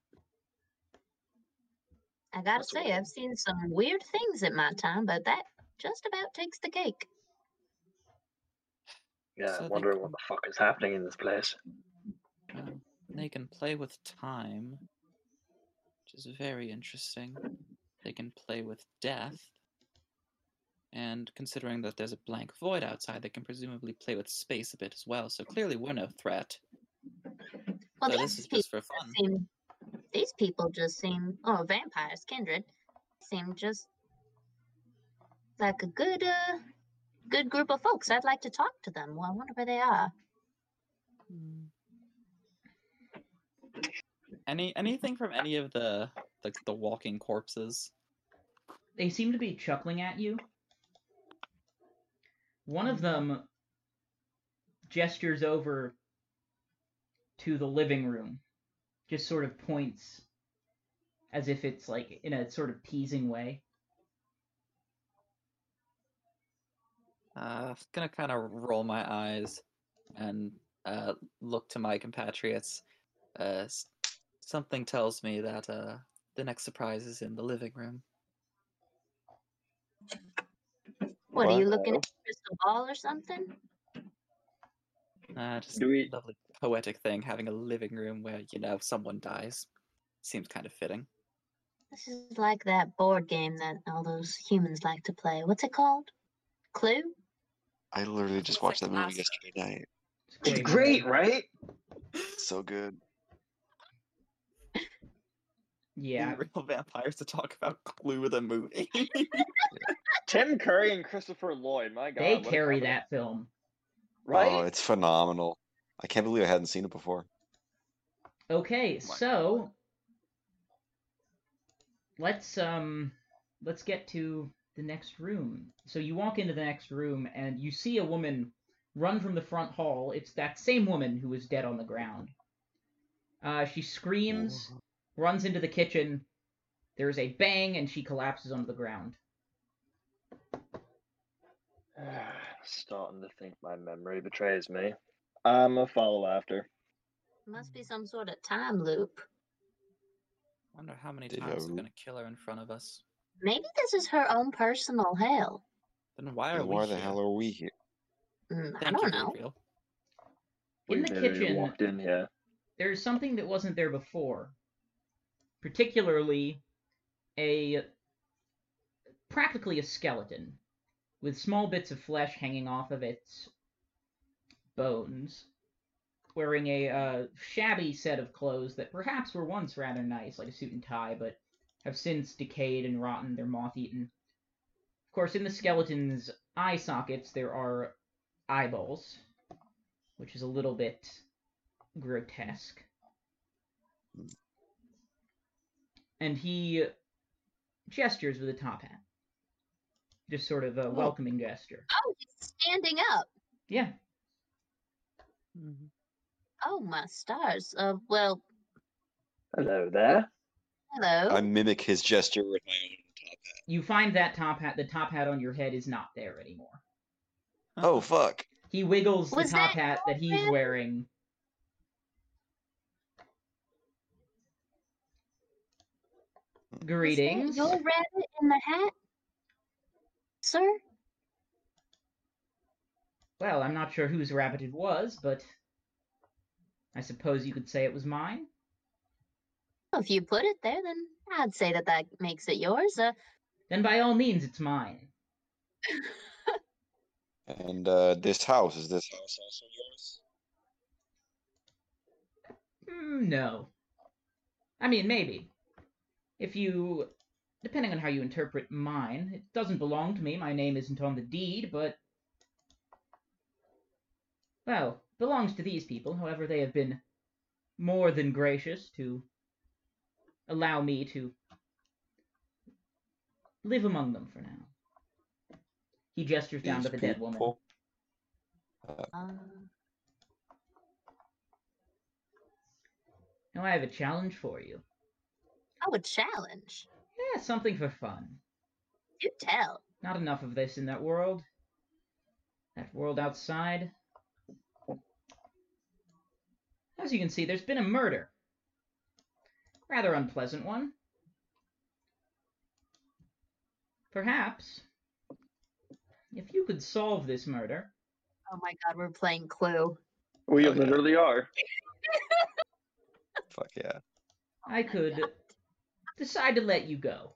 B: I gotta
E: That's
B: say,
E: weird.
B: I've seen some weird things in my time, but that just about takes the cake.
E: Yeah,
C: So
E: I'm
C: they
E: wondering
C: couldn't-
E: what the fuck is happening in this place.
C: Well, they can play with time, which is very interesting. They can play with death. And considering that there's a blank void outside, they can presumably play with space a bit as well. So clearly, we're no threat.
B: Well,
C: so
B: these
C: this is
B: people
C: just for fun.
B: seem, these people just seem, oh, vampires, kindred, seem just like a good, uh, good group of folks. I'd like to talk to them. Well, I wonder where they are.
C: Mm. Any anything from any of the like the walking corpses?
A: They seem to be chuckling at you. One
E: Hmm.
A: of them gestures over to the living room, just sort of points as if it's like in a sort of teasing way.
C: Uh, gonna kind of roll my eyes and uh, look to my compatriots. Uh, s- something tells me that uh, the next surprise is in the living room.
B: What are you looking
E: Wow.
B: at? a Crystal ball or something?
C: Uh, just
E: Do we-
C: lovely poetic thing having a living room where you know someone dies. Seems kind of fitting.
B: This is like that board game that all those humans like to play. What's it called? Clue?
D: I literally just watched that movie yesterday night.
E: It's great, right?
D: So good.
A: Yeah.
C: real vampires to talk about Clue the movie.
E: Tim Curry and Christopher Lloyd. My God,
A: They
E: what a
A: carry
E: combo.
A: that film.
D: Oh,
E: right?
D: it's phenomenal. I can't believe I hadn't seen it before.
A: Okay,
C: my
A: so let's um let's get to the next room. So you walk into the next room and you see a woman run from the front hall. It's that same woman who was dead on the ground. Uh, she screams, runs into the kitchen. There is a bang and she collapses onto the ground.
E: Starting to think my memory betrays me. I'm a follow after.
B: Must be some sort of time loop.
C: Wonder how many
D: Deja
C: times they're
D: vu.
C: gonna kill her in front of us.
B: Maybe this is her own personal hell.
C: Then why are
D: Then
C: we
D: why the
C: here?
D: hell are we here?
B: Mm, I
C: Thank you,
B: don't know.
C: Gabriel.
A: In
E: We
A: the
E: literally
A: kitchen,
E: Walked in here.
A: there's something that wasn't there before, particularly a practically a skeleton with small bits of flesh hanging off of its bones, wearing a uh, shabby set of clothes that perhaps were once rather nice, like a suit and tie, but have since decayed and rotten. They're moth eaten. Of course, in the skeleton's eye sockets, there are eyeballs, which is a little bit grotesque. and he gestures with a top hat, just sort of a welcoming gesture.
B: Oh, he's standing up.
A: Yeah,
C: Mm-hmm.
B: Oh, my stars. Uh, well,
E: Hello there.
B: hello.
D: I mimic his gesture with my own
A: you find that top hat. The top hat on your head is not there anymore.
D: top. Oh fuck.
A: He wiggles the
B: Was
A: top
B: that
A: hat that he's
B: Norman?
A: wearing.
B: Was that
A: Greetings.
B: Your rabbit in the hat? Sir?
A: Well, I'm not sure whose rabbit it was, but I suppose you could say it was mine.
B: Well, If you put it there, then I'd say that that makes it yours. Uh,
A: Then by all means, it's mine.
D: And uh, this house is this house also yours?
A: Mm, no. I mean, maybe. If you. Depending on how you interpret mine, it doesn't belong to me. My name isn't on the deed, but. Well, belongs to these people. However, they have been more than gracious to allow me to live among them for now. He gestures down to
D: These
A: the dead woman.
D: people-
B: Um,
A: Now I have a challenge for you.
B: oh, a challenge.
A: Yeah, something for fun.
B: You tell.
A: Not enough of this in that world. That world outside. As you can see, there's been a murder. Rather unpleasant one. Perhaps, if you could solve this murder,
B: Oh my god, we're playing Clue.
E: We
D: Oh, yeah.
E: literally are.
D: Fuck yeah.
A: I could decide to let you go.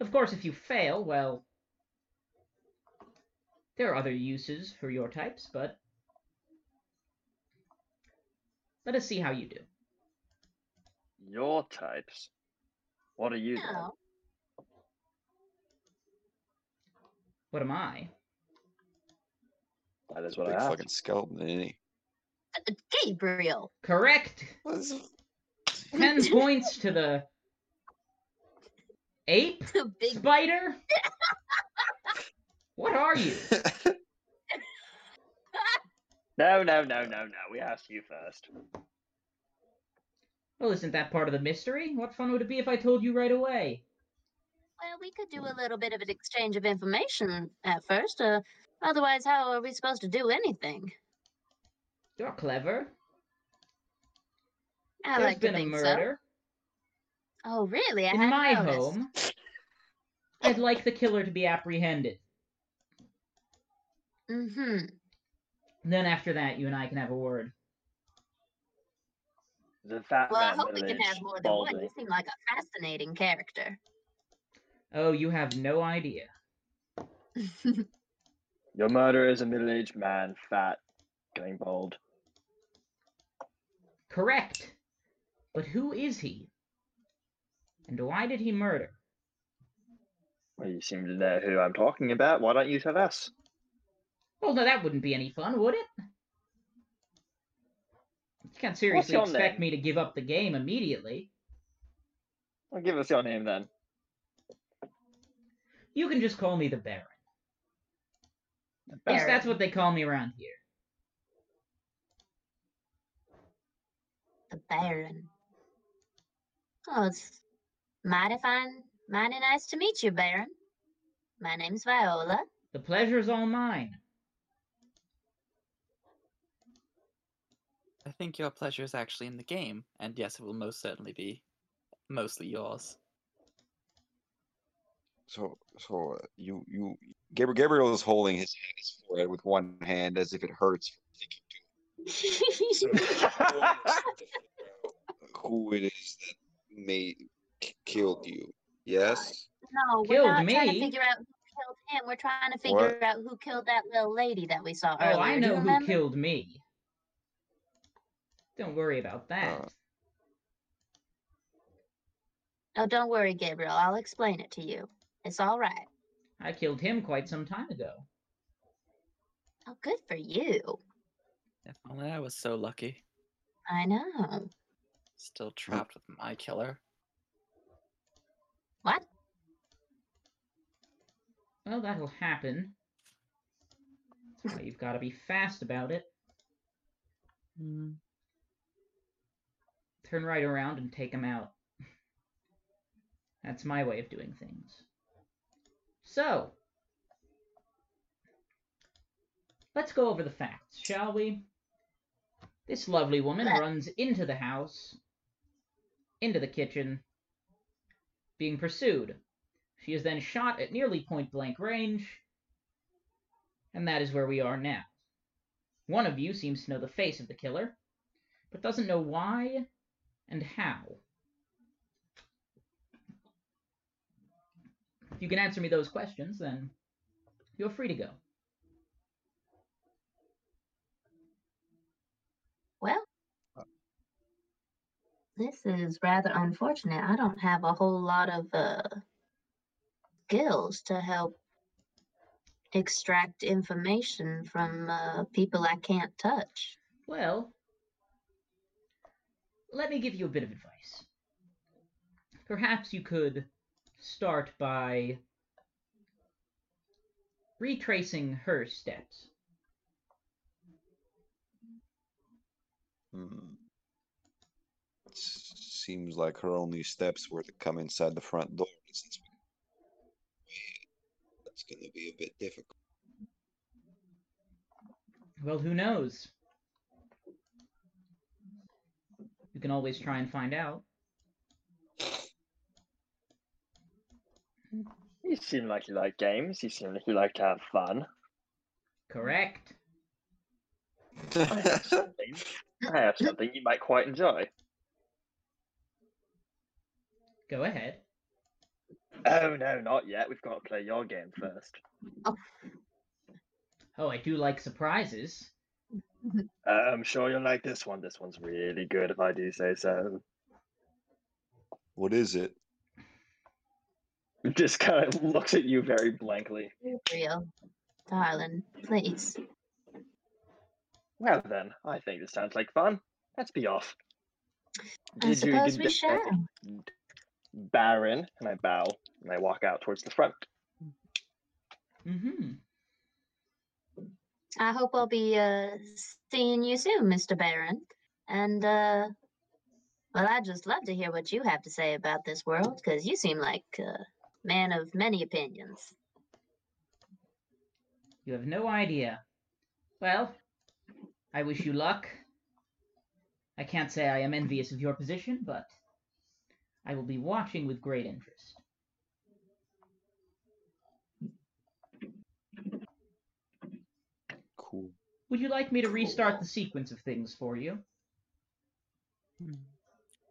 A: Of course, if you fail, well, there are other uses for your types, but let us see how you do.
E: Your types. What are you? then?
B: No.
A: What am I?
E: That is
D: Big
E: what I asked.
D: fucking skeleton, isn't he?
B: Uh, Gabriel.
A: Correct.
D: What's-
A: Ten points to the ape
B: The big
A: spider. What are you?
E: No, no, no, no, no. We asked you first.
A: Well, isn't that part of the mystery? What fun would it be if I told you right away?
B: Well, we could do a little bit of an exchange of information at first. Uh, otherwise, how are we supposed to do anything?
A: You're clever.
B: I
A: There's
B: like to
A: been a
B: think so.
A: murder.
B: Oh, really? I
A: in
B: hadn't
A: my
B: noticed.
A: home, I'd like the killer to be apprehended.
B: Mm-hmm.
A: Then after that, you and I can have a word.
E: The fat
B: Well, I
E: man
B: hope we can have
E: middle-aged
B: more than one.
E: balding.
B: You seem like a fascinating character.
A: Oh, you have no idea.
E: Your murderer is a middle-aged man, fat, going bald.
A: Correct. But who is he? And why did he murder?
E: Well, you seem to know who I'm talking about. Why don't you tell us?
A: Well, no, that wouldn't be any fun, would it? You can't seriously
E: your
A: expect
E: name?
A: me to give up the game immediately.
E: Well, give us your name then.
A: You can just call me the Baron. At least
B: Baron.
A: that's what they call me around here.
B: The Baron. Oh, it's mighty fine, mighty nice to meet you, Baron. My name's Viola.
A: The pleasure's all mine.
C: I think your pleasure is actually in the game, and yes, it will most certainly be mostly yours.
D: So, so uh, you, you, Gabriel, Gabriel is holding his hand, his forehead with one hand as if it hurts. from thinking too who it is that made k- killed you. Yes.
B: No, we're
A: Killed
B: not trying
A: me?
B: to figure out who killed him. We're trying to figure out who killed that little lady that we saw earlier.
A: Oh, I
B: Do you
A: know who
B: remember?
A: killed me. Don't worry about that.
D: Uh.
B: Oh, don't worry, Gabriel. I'll explain it to you. It's all right.
A: I killed him quite some time ago.
B: Oh, good for you.
C: If only I was so lucky.
B: I know.
C: Still trapped with my killer.
B: What?
A: Well, that'll happen. That's why you've got to be fast about it.
C: Mm,
A: Turn right around and take him out. That's my way of doing things. So, let's go over the facts, shall we? This lovely woman
B: Let-
A: runs into the house, into the kitchen, being pursued. She is then shot at nearly point blank range, and that is where we are now. One of you seems to know the face of the killer, but doesn't know why and how. If you can answer me those questions, then you're free to go.
B: This is rather unfortunate. I don't have a whole lot of uh, skills to help extract information from uh, people I can't touch.
A: Well, let me give you a bit of advice. Perhaps you could start by retracing her steps.
D: Hmm. It seems like her only steps were to come inside the front door. and Since we, that's going to be a bit difficult.
A: Well, who knows? You can always try and find out.
E: You seem like you like games. You seem like you like to have fun.
A: Correct.
E: I have something. I have something you might quite enjoy.
A: Go ahead.
E: Oh no, not yet. We've got to play your game first.
A: Oh, I do like surprises.
E: Uh, I'm sure you'll like this one. This one's really good, if I do say so.
D: what is it?
E: It Just kind of looks at you very blankly.
B: Real. Darling, please.
E: Well then, I think this sounds like fun. Let's be off.
B: I
E: Did you-
B: suppose
E: did
B: we
E: the- uh,
B: shall.
E: Baron, and I bow, and I walk out towards the front.
A: Mm-hmm.
B: I hope I'll be uh, seeing you soon, Mr. Baron. And, uh, well, I'd just love to hear what you have to say about this world, because you seem like a man of many opinions.
A: You have no idea. Well, I wish you luck. I can't say I am envious of your position, but I will be watching with great interest.
D: Cool.
A: Would you like me to restart the sequence of things for you?
C: Hmm.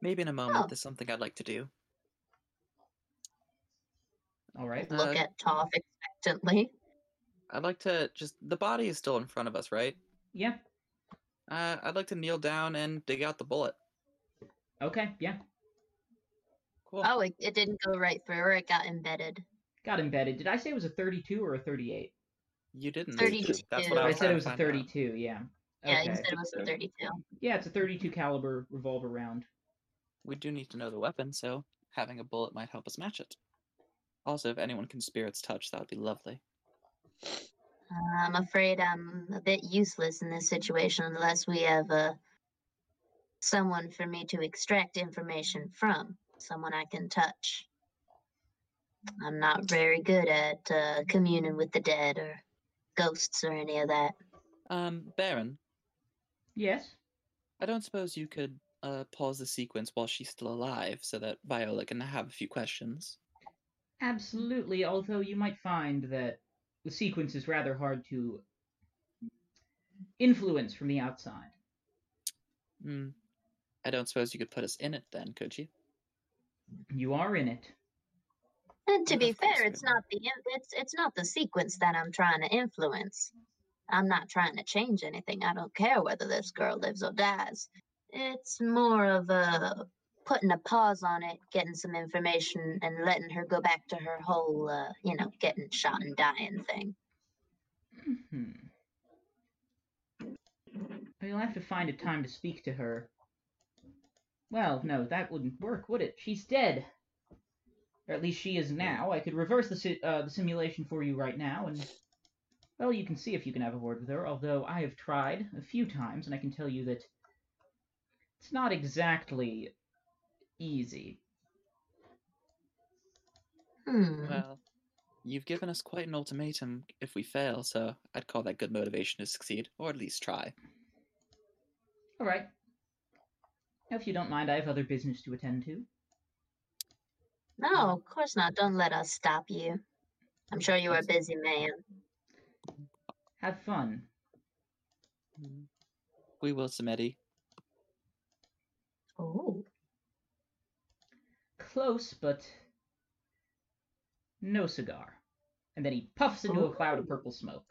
C: Maybe in a moment,
B: Oh.
C: there's something I'd like to do.
A: All right.
B: Look
C: Uh,
B: at Toph expectantly.
C: I'd like to just. The body is still in front of us, right?
A: Yeah.
C: Uh, I'd like to kneel down and dig out the bullet.
A: Okay. Yeah.
C: Cool.
B: Oh, it, it didn't go right through, or it got embedded.
A: Got embedded. Did I say it was a 32 or a 38?
C: you didn't.
B: 32.
C: That's what
A: I,
C: I was
A: said it
C: trying
A: was
C: to
A: a
C: find out.
A: 32. Yeah.
B: Yeah,
A: Okay.
B: you said it was a 32.
A: Yeah, it's a 32 caliber revolver round.
C: We do need to know the weapon, so having a bullet might help us match it. Also, if anyone can spirits touch, that would be lovely.
B: I'm afraid I'm a bit useless in this situation unless we have uh, someone for me to extract information from, someone I can touch. I'm not very good at uh, communing with the dead or ghosts or any of that.
C: Um, Baron,
A: Yes.
C: I don't suppose you could uh, pause the sequence while she's still alive so that Viola can have a few questions.
A: Absolutely, although you might find that the sequence is rather hard to influence from the outside.
C: Hmm.
A: Mm.
C: I don't suppose you could put us in it then, could you?
A: You are in it.
B: And to
C: Yeah,
B: be
C: of course
B: fair,
C: we
B: it's
C: are.
B: not the in- it's it's not the sequence that I'm trying to influence. I'm not trying to change anything. I don't care whether this girl lives or dies. It's more of a putting a pause on it, getting some information, and letting her go back to her whole, uh, you know, getting shot and dying thing.
A: Hmm. You'll have to find a time to speak to her. Well, no, that wouldn't work, would it? She's dead. Or at least she is now. I could reverse the, si- uh, the simulation for you right now, and. Well, you can see if you can have a word with her, although I have tried a few times, and I can tell you that it's not exactly easy.
B: Hmm.
A: Mm-hmm.
C: Well, you've given us quite an ultimatum if we fail, so I'd call that good motivation to succeed, or at least try.
A: All right. If you don't mind, I have other business to attend to.
B: no, of course not. Don't let us stop you. I'm sure you are a busy man.
A: Have fun. Mm-hmm.
C: Hmm. We will, Samedi.
B: Oh,
A: Close, but no cigar. And then he puffs into a cloud of purple smoke.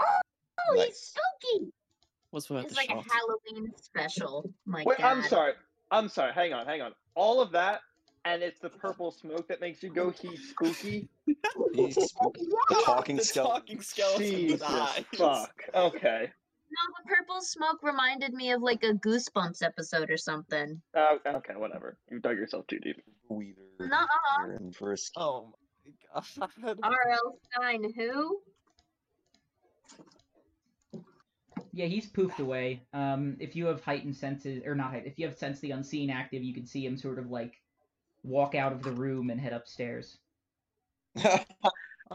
B: oh,
D: Nice.
B: he's spooky.
C: What's worth
B: It's
C: the
B: like
C: shot?
B: a Halloween special. My
E: Wait,
B: God.
E: I'm sorry. I'm sorry, hang on, hang on. All of that, and it's the purple smoke that makes you go he's spooky.
D: He's the talking
C: the
D: skeleton.
C: talking skeleton with
E: Jesus
C: eyes.
E: fuck. Okay.
B: No, the purple smoke reminded me of like a Goosebumps episode or something.
E: Uh, okay, whatever. You dug yourself too deep.
D: Weeder.
B: Nuh-uh.
D: And for a sk-
C: Oh my god.
B: R.L. Stein, who?
A: Yeah, he's poofed away. Um, if you have heightened senses, or not, height- if you have sense the unseen active, you can see him sort of like walk out of the room and head upstairs.
C: I'll,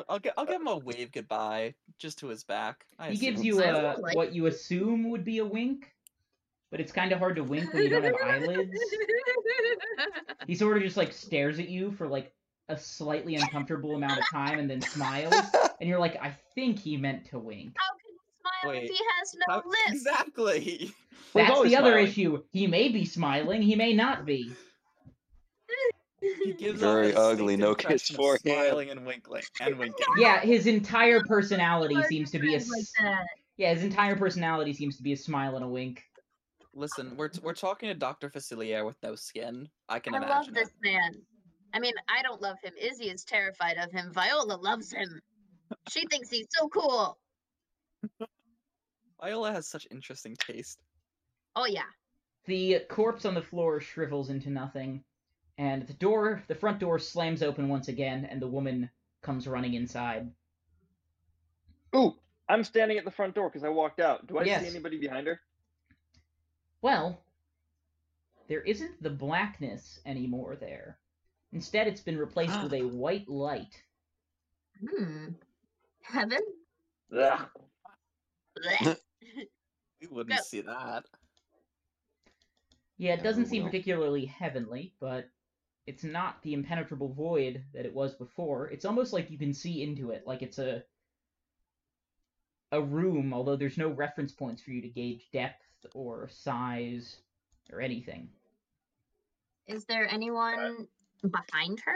C: I'll, gi- I'll give him a wave goodbye just to his back. I
A: he
C: assume
A: gives
C: it's-
A: you a
B: Sounds like-
A: what you assume would be a wink, but it's kind of hard to wink when you don't have eyelids. He sort of just like stares at you for like a slightly uncomfortable amount of time and then smiles, and you're like, I think he meant to wink.
B: How can he smile if
C: Wait,
B: he has no
C: How-
B: lips?
C: Exactly.
E: Well, he's
A: That's
E: always
A: the other
E: smiling.
A: issue. He may be smiling, he may not be.
C: He gives
D: Very
C: off a
D: ugly,
C: distinct
D: no kiss
C: impression of
D: for him.
C: smiling and winkling and winking.
A: Yeah, his entire personality
B: Or
A: seems to be a
B: something like
A: s-
B: that.
A: yeah, his entire personality seems to be a smile and a wink.
C: Listen, we're t- we're talking to Doctor Facilier with no skin. I can
B: I
C: imagine.
B: love
C: it.
B: this man. I mean, I don't love him. Izzy is terrified of him. Viola loves him. She thinks he's so cool.
C: Viola has such interesting taste.
B: Oh yeah.
A: The corpse on the floor shrivels into nothing, and the door, the front door slams open once again, and the woman comes running inside.
E: Ooh, I'm standing at the front door because I walked out. Do I
A: Yes.
E: see anybody behind her?
A: Well, there isn't the blackness anymore there. Instead, it's been replaced with a white light.
B: Hmm. Heaven.
E: Ugh.
B: Blech.
C: We wouldn't
B: Go.
C: see that.
A: Yeah, it
D: Yeah,
A: doesn't
D: who
A: seem
D: will?
A: particularly heavenly, but it's not the impenetrable void that it was before. It's almost like you can see into it, like it's a a room, although there's no reference points for you to gauge depth or size or anything.
B: Is there anyone behind her?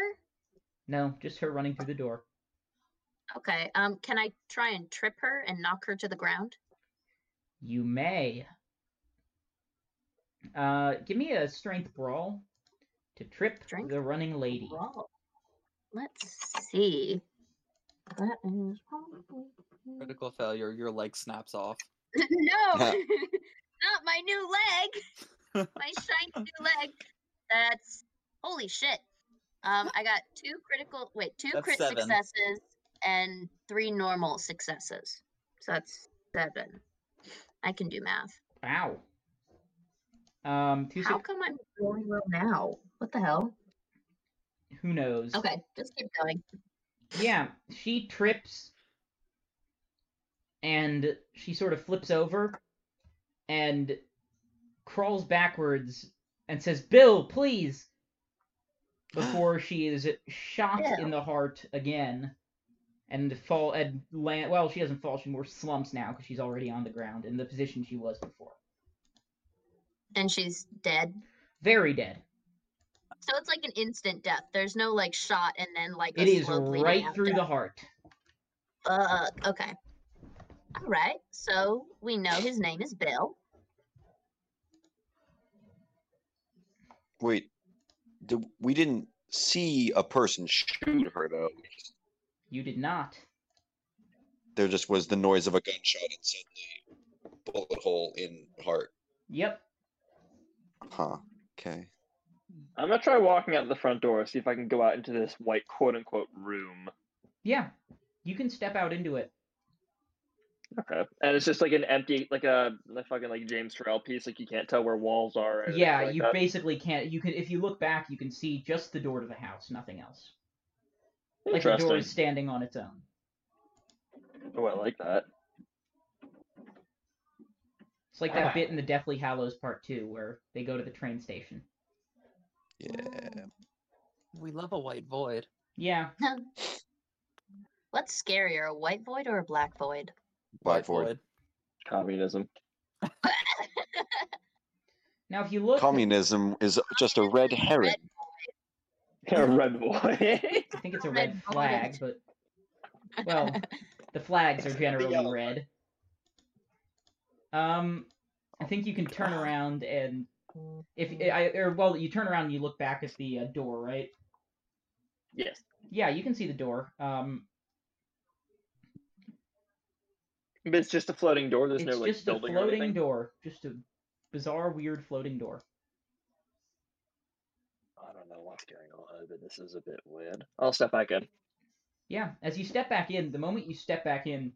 A: No, just her running through the door.
B: Okay. Um. Can I try and trip her and knock her to the ground?
A: You may. Uh, give me a strength brawl to trip
B: Strength
A: the running lady.
B: Roll. Let's see. That is probably-
C: Critical failure. Your leg snaps off.
B: no,
C: Uh.
B: not my new leg. My shiny new leg. That's holy shit. Um, I got two critical. Wait, two
C: That's
B: crit
C: seven.
B: successes and three normal successes. So that's seven. I can do math.
A: Ow. Um, two
B: How
A: sec-
B: come I'm rolling low now? What the hell?
A: who knows?
B: Okay, just keep going.
A: Yeah, she trips and she sort of flips over and crawls backwards and says, Bill, please! Before she is shot in the heart again and fall and land. Well, she doesn't fall, she more slumps now because she's already on the ground in the position she was before.
B: And she's dead.
A: Very dead.
B: So it's like an instant death. There's no like shot and then like a
A: It is
B: slow bleeding
A: right
B: out
A: through
B: death.
A: the heart.
B: Fuck. Okay. All right. So we know his name is Bill.
D: Wait, did, we didn't see a person shoot her though.
A: You did not.
D: There just was the noise of a gunshot and suddenly bullet hole in heart.
A: Yep.
D: Huh. Okay.
E: I'm gonna try walking out the front door, see if I can go out into this white quote unquote room.
A: Yeah. You can step out into it.
E: Okay. And it's just like an empty like a like fucking like James Terrell piece, like you can't tell where walls are. or anything
A: Yeah,
E: like
A: you
E: that.
A: basically can't. You can if you look back, you can see just the door to the house, nothing else. Like the
E: Interesting.
A: door is standing on its own.
E: Oh, I like that.
A: It's like
E: Ah.
A: that bit in the Deathly Hallows Part Two where they go to the train station.
D: Yeah.
B: Mm,
C: We love a white void.
A: Yeah,
B: What's scarier, a white void or a black void?
D: Black Void.
E: Communism.
A: now if you look,
D: Communism is just a red herring.
E: Yeah, red boy.
A: I think it's a
B: Red
A: red flag, but well, the flags are generally
E: yellow
A: red. Um, I think you can turn
C: God.
A: around and
B: Oh,
A: If
E: Mm.
A: I or well, you turn around and you look back at the uh, door, right?
E: Yes.
A: Yeah, you can see the door. Um,
E: But it's just a floating door. There's
A: it's
E: no like
A: just a
E: building or
A: floating
E: anything.
A: door, just a bizarre, weird floating door.
E: I don't know what's going on, but this is a bit weird. I'll step back in.
A: Yeah, as you step back in, the moment you step back in,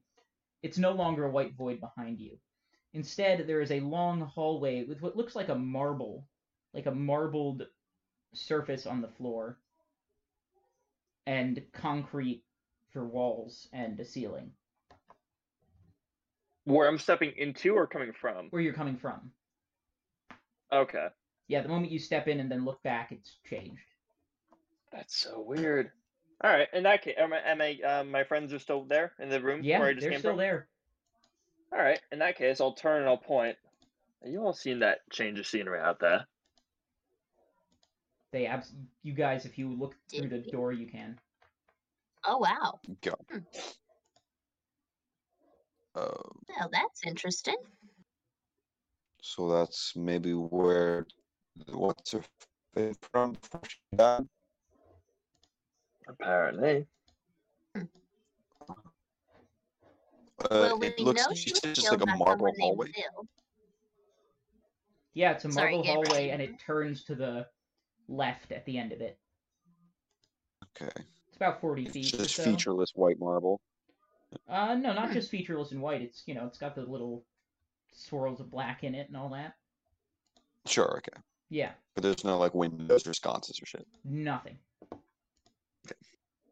A: it's no longer a white void behind you. Instead, there is a long hallway with what looks like a marble, like a marbled surface on the floor, and concrete for walls and a ceiling.
E: Where I'm stepping into or coming from?
A: Where you're coming from.
E: Okay.
A: Yeah, the moment you step in and then look back, it's changed.
E: That's so weird. All right. In that case, am I, am I um, my friends are still there in the room
A: Yeah,
E: where I just
A: they're
E: came
A: still
E: from?
A: there.
E: All right. In that case, I'll turn and I'll point. You all seen that change of scenery out there?
A: They abs- you guys, if you look through the door, you can.
B: Oh wow.
D: Go. Uh,
B: Well, that's interesting.
D: so that's maybe where what's her face from? before she died?
E: Apparently.
D: Uh,
B: well, we
D: it looks
B: know she
D: you
B: was
D: said just
B: killed
D: like a
B: by
D: marble
B: someone named
D: hallway.
B: Bill.
A: Yeah, it's a
B: Sorry,
A: marble
B: get ready.
A: hallway, and it turns to the left at the end of it.
D: Okay,
A: It's about forty
D: it's
A: feet. or
D: just
A: so.
D: featureless white marble.
A: Uh, no, not just featureless and white. It's you know, it's got the little swirls of black in it and all that.
D: Sure, okay,
A: Yeah,
D: but there's no like windows or sconces or shit.
A: nothing.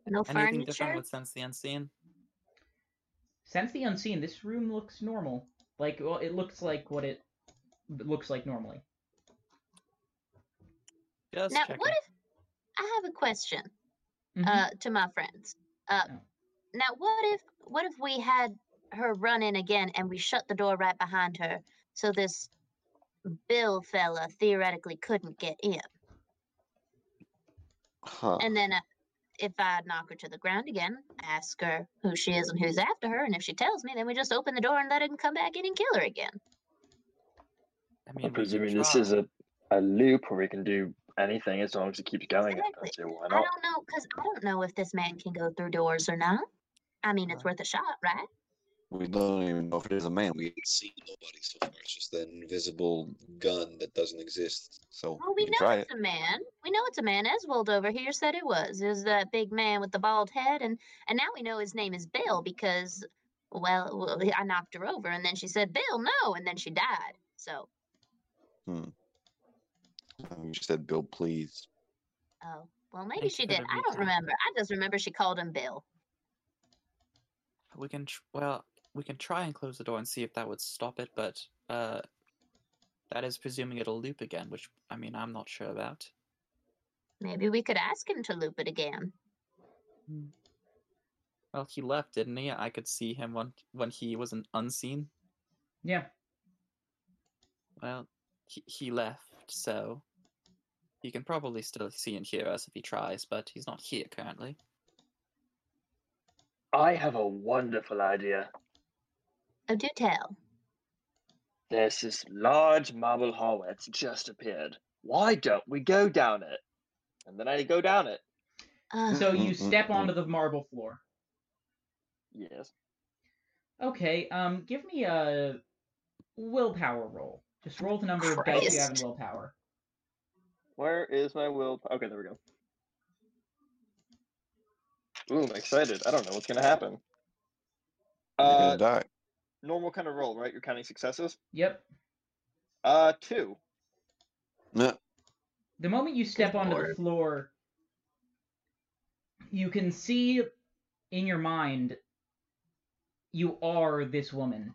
B: No
C: Anything different
B: furniture.
C: would sense the unseen?
A: Sense the unseen. This room looks normal. Like, well, it looks like what it looks like normally.
C: Just
B: Now,
C: checking.
B: what if I have a question?
A: Mhm.
B: uh, to my friends. Uh,
A: Oh.
B: Now, what if what if we had her run in again and we shut the door right behind her so this Bill fella theoretically couldn't get in?
D: Huh.
B: And then uh, if I knock her to the ground again, ask her who she is and who's after her, and if she tells me, then we just open the door and let him come back in and kill her again.
C: I mean, we
E: I'm
C: could
E: presuming this
C: try.
E: is a, a loop where we can do anything as long as it keeps going. I don't
B: Exactly.
E: see why
B: I
E: not.
B: don't know because I don't know if this man can go through doors or not. I mean, it's
C: Right.
B: worth a shot, right?
D: We don't even know if it is a man. We haven't seen nobody so far. It's just that invisible gun that doesn't exist. So
B: Well,
D: we
B: we
D: can
B: know
D: try it.
B: it's a man. We know it's a man. Eswold over here said it was. It was that big man with the bald head, and and now we know his name is Bill because, well, w- I knocked her over, and then she said, "Bill, no," and then she died. So,
D: Uh, We just said, "Bill, please."
B: oh, well, maybe
C: Thank you
B: she
C: for the
B: did. I
C: recap.
B: don't remember. I just remember she called him Bill.
C: We can tr- well, we can try and close the door and see if that would stop it, but uh, that is presuming it'll loop again, which I mean, I'm not sure about.
B: Maybe we could ask him to loop it again.
C: Well, he left, didn't he? I could see him when when he was an unseen.
A: Yeah,
C: Well, he, he left, so he can probably still see and hear us if he tries, but he's not here currently.
E: I have a wonderful idea.
B: Oh, do tell.
E: There's this large marble hallway that's just appeared. Why don't we go down it? And then I go down it.
B: Uh,
A: So you
D: Mm, mm,
A: step
D: mm.
A: onto the marble floor.
E: Yes.
A: Okay, um, give me a willpower roll. Just roll the number of dice you have in
B: Christ.
A: willpower.
E: Where is my will? Okay, there we go. Ooh, I'm excited. I don't know what's gonna happen.
D: You're
E: Uh,
D: gonna die.
E: normal kind of roll, right? You're counting successes.
A: Yep.
E: Uh, two.
D: No.
A: The moment you step onto the
B: lord.
A: floor, you can see in your mind you are this woman.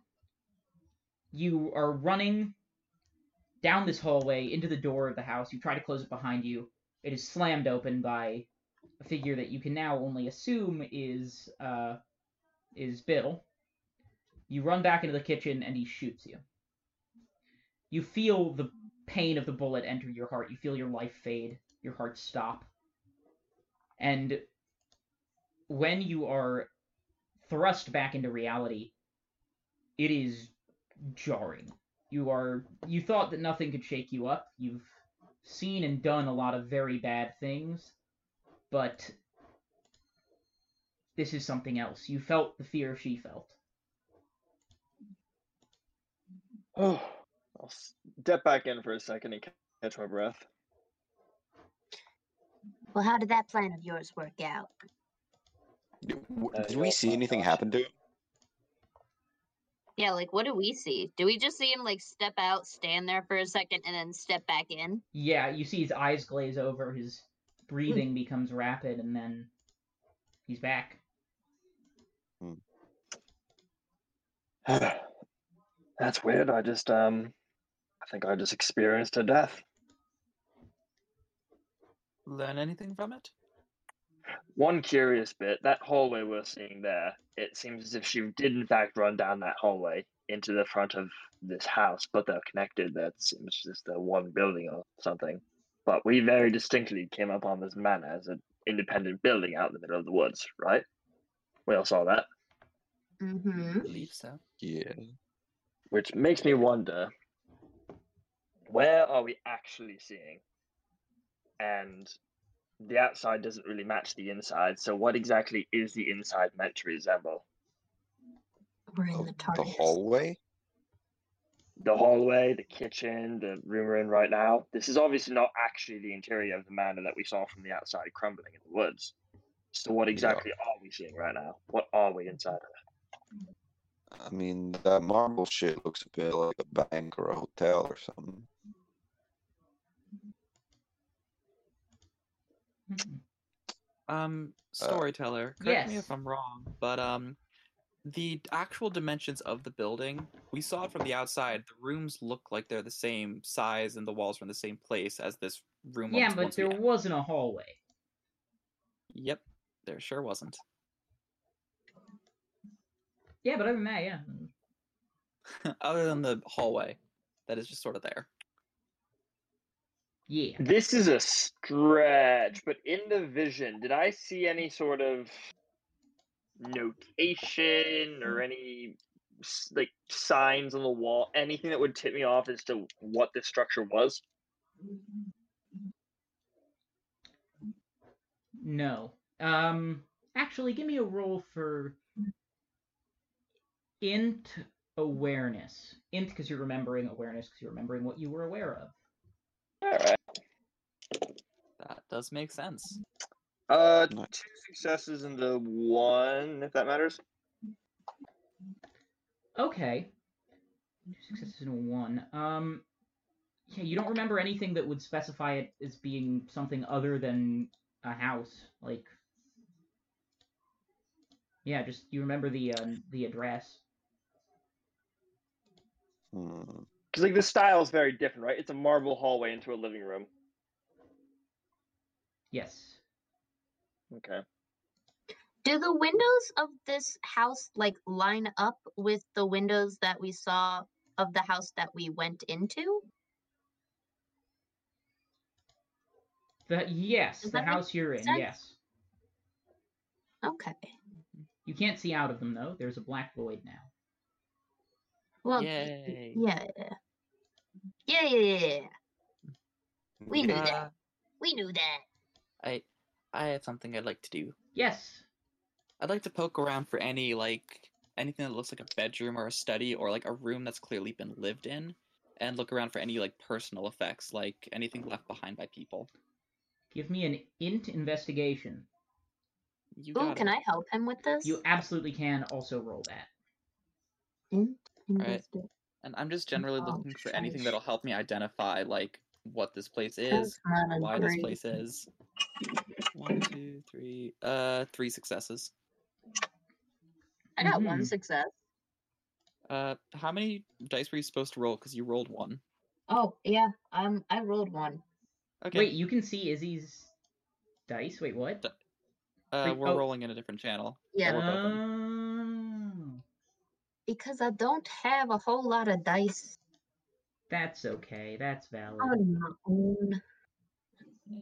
A: You are running down this hallway into the door of the house. You try to close it behind you. It is slammed open by a figure that you can now only assume is uh, is Bill. You run back into the kitchen and he shoots you. You feel the pain of the bullet enter your heart. You feel your life fade, your heart stop. And when you are thrust back into reality, it is jarring. you are you thought that nothing could shake you up. You've seen and done a lot of very bad things, but this is something else. You felt the fear she felt.
E: Oh, I'll step back in for a second and catch my breath.
B: Well, how did that plan of yours work out?
D: Did, w-
E: Uh,
D: did
E: yeah,
D: we
E: it's
D: see
E: not
D: anything
E: much.
D: happen to him?
B: Yeah, like what do we see? Do we just see him like step out, stand there for a second, and then step back in?
A: Yeah, you see his eyes glaze over, his breathing becomes rapid, and then he's back.
E: That's weird. I just um I think I just experienced a death.
C: Learn anything from it?
E: One curious bit, that hallway we're seeing there, it seems as if she did in fact run down that hallway into the front of this house, but they're connected. That seems just the one building or something. But we very distinctly came upon this manor as an independent building out in the middle of the woods, right? We all saw that.
B: Mm-hmm.
A: Hmm?
C: believe so.
D: Yeah.
E: Which makes me wonder where are we actually seeing? And the outside doesn't really match the inside, so what exactly is the inside meant to resemble?
B: We're in
D: Oh,
B: the
D: The
B: TARDIS.
D: hallway?
E: the hallway, the kitchen, the room we're in right now. This is obviously not actually the interior of the manor that we saw from the outside crumbling in the woods. So what
D: Yeah.
E: exactly are we seeing right now? What are we inside of?
D: I mean, that marble shit looks a bit like a bank or a hotel or something.
C: Mm-hmm. Um,
D: Uh,
C: storyteller, correct me
A: yes.
C: if I'm wrong, but um, the actual dimensions of the building, we saw it from the outside. The rooms look like they're the same size and the walls are in the same place as this room.
A: Yeah,
C: almost
A: but
C: once we
A: there
C: en-
A: wasn't a hallway.
C: Yep, there sure wasn't.
A: Yeah, but other than that, yeah.
C: Other than the hallway, that is just sort of there.
A: Yeah.
E: This is a stretch, but in the vision, did I see any sort of notation or any s- like signs on the wall, anything that would tip me off as to what this structure was?
A: No. Um actually give me a roll for int awareness. Int because you're remembering awareness because you're remembering what you were aware of.
E: All right.
C: That does make sense.
E: Uh,
D: Nice.
E: two successes and the one, if that matters.
A: Okay. Two successes and a one. Um yeah, you don't remember anything that would specify it as being something other than a house. Like Yeah, just you remember the uh, the address.
D: Hmm.
E: Because like the style is very different, right? It's a marble hallway into a living room.
A: Yes.
E: Okay.
B: Do the windows of this house like line up with the windows that we saw of the house that we went into?
A: The yes,
B: Does
A: the
B: that make
A: house you're in,
B: sense?
A: yes.
B: Okay.
A: You can't see out of them though. There's a black void now.
B: Well, y-
C: Yay.
B: yeah. Yeah, yeah, yeah, yeah. yeah. We knew that.
C: Uh,
B: We knew that.
C: I, I have something I'd like to do.
A: Yes.
C: I'd like to poke around for any like anything that looks like a bedroom or a study or like a room that's clearly been lived in, and look around for any like personal effects, like anything left behind by people.
A: Give me an int investigation.
C: You
B: Ooh,
C: got
B: can
C: it.
B: I help him with this?
A: You absolutely can also roll that.
B: In-
C: right.
B: investigate
C: And I'm just generally
B: Oh,
C: looking for anything
B: shush.
C: that'll help me identify like what this place
B: That's
C: is,
B: not a
C: why this
B: great-
C: place is. One, two, three. Uh, three successes.
B: I got
A: Mhm.
C: Mm-hmm.
B: one success.
C: Uh, how many dice were you supposed to roll? Because you rolled one.
B: Oh yeah, um, I rolled one.
C: Okay.
A: Wait, you can see Izzy's dice. Wait, what?
C: D- uh,
A: wait,
C: we're
A: oh.
C: rolling in a different channel.
B: Yeah,
C: They're both open.
A: Oh,
B: because I don't have a whole lot of dice
A: that's okay. That's valid.
D: Um,
B: on my own.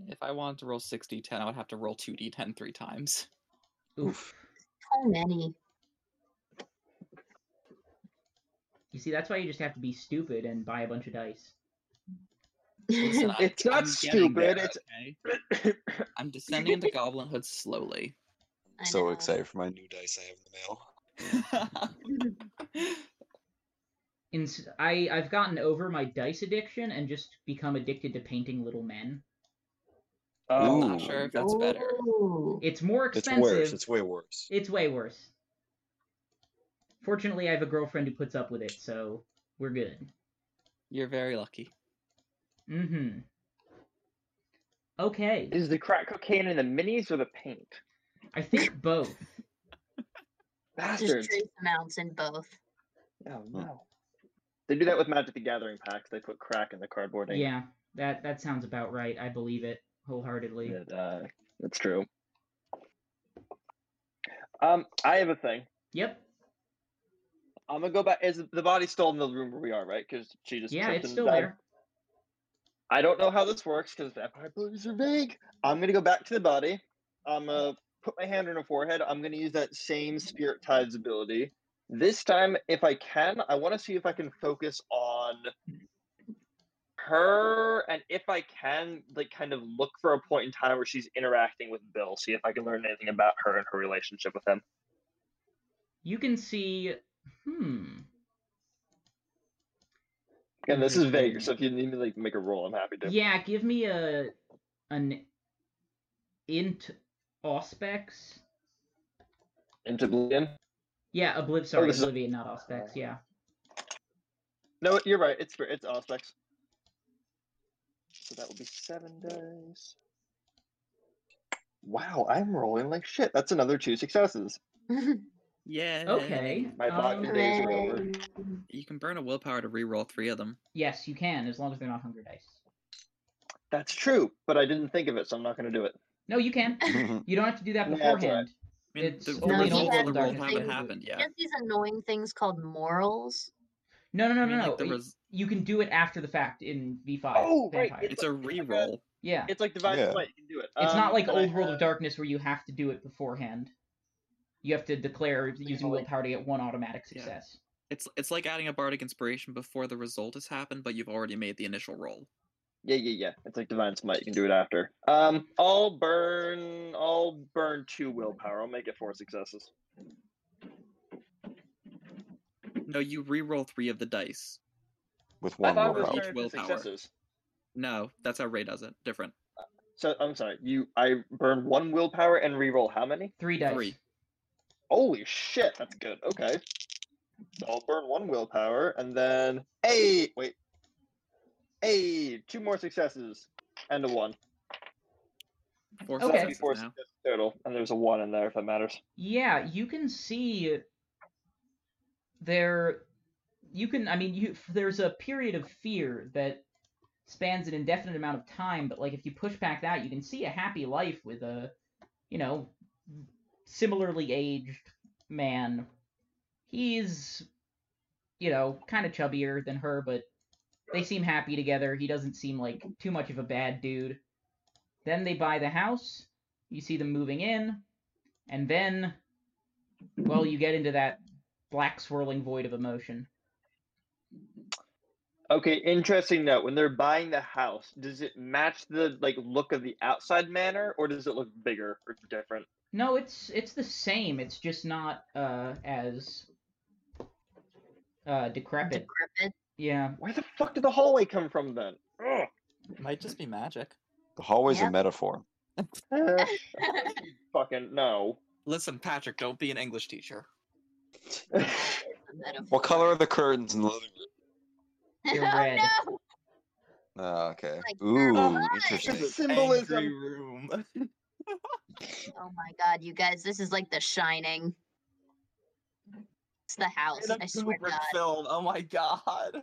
C: If I wanted to roll 6d10, I would have to roll 2d10 three times.
A: Oof.
B: So many.
A: You see, that's why you just have to be stupid and buy a bunch of dice.
C: Listen, I-
E: It's not
C: I'm getting there,
E: stupid, it's-
C: okay? I'm descending into goblinhood slowly.
B: I
D: so
B: know.
D: excited for my new dice I have in the mail.
A: In, I I've gotten over my dice addiction and just become addicted to painting little men.
C: I'm
E: Oh,
C: not sure if that's better.
B: Ooh.
A: It's more
D: It's
A: expensive.
D: worse. It's way worse.
A: It's way worse. Fortunately, I have a girlfriend who puts up with it, so we're good.
C: You're very lucky.
A: Mm-hmm. Okay,
E: is the crack cocaine in the minis or the paint?
A: I think both.
B: There's
E: Bastards.
B: trace amounts in both.
E: Oh,
C: Hmm.
E: no. They do that with Magic the Gathering packs. They put crack in the cardboard. ink.
A: Yeah, that that sounds about right. I believe it wholeheartedly.
E: It, uh, that's true. Um, I have a thing.
A: Yep.
E: I'm gonna go back. Is the body still in the room where we are? Right? Because she just
A: Yeah,
E: jumped
A: it's
E: in
A: still
E: bed.
A: there.
E: I don't know how this works because vampire bodies are vague. I'm gonna go back to the body. I'm gonna put my hand on her forehead. I'm gonna use that same spirit tides ability. This time, if I can, I want to see if I can focus on her, and if I can, like, kind of look for a point in time where she's interacting with Bill. See if I can learn anything about her and her relationship with him.
A: You can see. Hmm.
E: And this is vague, so if you need me to like make a roll, I'm happy to.
A: Yeah, give me a an int auspex.
E: Into Oblivion.
A: Yeah, obliv. Sorry,
E: this is-
A: oblivion, not auspex. Yeah.
E: No, you're right. It's for it's aspects. So that would be seven days. Wow, I'm rolling like shit. That's another two successes.
C: Yeah.
A: Okay.
E: My
A: um,
E: vodka- Days are over.
B: Hooray.
C: You can burn a willpower to re-roll three of them.
A: yes, you can, as long as they're not hunger dice.
E: That's true, but I didn't think of it, so I'm not going to do it.
A: No, you can. You don't have to do that
E: Yeah, that's all right.
A: beforehand.
C: I mean,
A: It's
C: the, the
A: only
B: an
C: result of the
B: overall
C: roll
B: darkness
C: haven't
B: thing.
C: happened yet.
B: Just these annoying things called morals.
A: No, no, no,
C: I mean,
A: no,
C: like, the
A: no. y-
C: res-
A: You can do it after the fact in V5.
E: Oh, right,
A: Vampire.
E: it's-
C: it's a re-roll.
A: yeah.
E: It's like Divine
D: Yeah.
E: Smite. You can do it.
A: It's not
E: Um,
A: like
E: and I
A: Old World of
E: have-
A: Darkness where you have to do it beforehand. You have to declare using
E: like-
A: willpower to get one automatic
C: Yeah.
A: success.
C: It's it's like adding a bardic inspiration before the result has happened, but you've already made the initial roll.
E: Yeah, yeah, yeah. It's like Divine Smite. You can do it after. Um, I'll burn. I'll burn two willpower. I'll make it four successes.
C: No, you re-roll three of the dice.
D: With
E: I
D: one
E: thought it
D: more
E: was
C: willpower.
E: turned into
C: Willpower.
E: successes.
C: No, that's how Ray does it. Different.
E: So I'm sorry. You, I burn one willpower and reroll how many?
A: Three dice.
C: Three.
E: Holy shit, that's good. Okay. So I'll burn one willpower and then hey wait. Hey, two more successes and a one.
C: Four
E: So that'd be
A: Okay.
C: successes
E: four
C: now.
E: successes total. And there's a one in there if that matters.
A: Yeah, you can see there. You can, I mean, you there's a period of fear that spans an indefinite amount of time, but like if you push back that, you can see a happy life with a, you know, similarly aged man. He's, you know, kind of chubbier than her, but they seem happy together. He doesn't seem like too much of a bad dude. Then they buy the house. You see them moving in. And then, well, you get into that black swirling void of emotion.
E: Okay, interesting note. When they're buying the house, does it match the like look of the outside manor or does it look bigger or different?
A: No, it's it's the same. It's just not uh, as uh, decrepit.
B: Decrepit.
A: Yeah.
E: Where the fuck did the hallway come from then? Ugh.
C: Might just be magic.
D: The hallway's
B: Yep.
D: a metaphor.
E: Eh, fucking no.
C: Listen, Patrick, don't be an English teacher.
B: Metaphor.
D: What color are the curtains in the living room?
A: They're
B: oh,
A: red.
B: No!
D: Oh, okay.
B: Like
D: Ooh,
B: purple.
D: interesting.
E: It's symbolism.
C: Angry room.
B: oh my god, you guys, this is like The Shining. It's the house,
C: In a
B: I swear to
C: Kubrick
B: God.
C: film. Oh my god.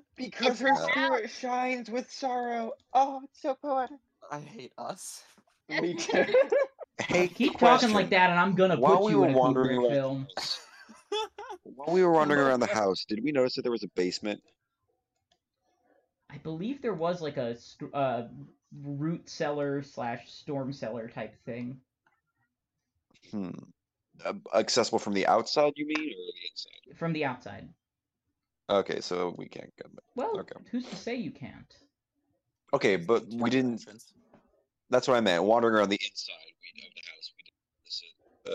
B: It's
E: Because her
B: the house.
E: spirit shines with sorrow. Oh, it's so poetic.
C: I hate us.
B: Oh,
E: Me too.
D: Hey,
A: Keep
D: question.
A: talking like that, and I'm gonna
D: While
A: put
D: we
A: you
D: were
A: in a
D: wandering
A: Kubrick
D: around-
A: film.
D: While we were wandering around the house, did we notice that there was a basement?
A: I believe there was like a st- uh, root cellar slash storm cellar type thing.
D: Hmm. Uh, accessible from the outside, you mean, or the inside?
A: from the outside.
D: Okay, so we can't come back.
A: Well,
D: Okay.
A: who's to say you can't?
D: Okay, but we didn't.
C: Entrance.
D: That's what I meant. Wandering around the inside we- of the house. We didn't listen.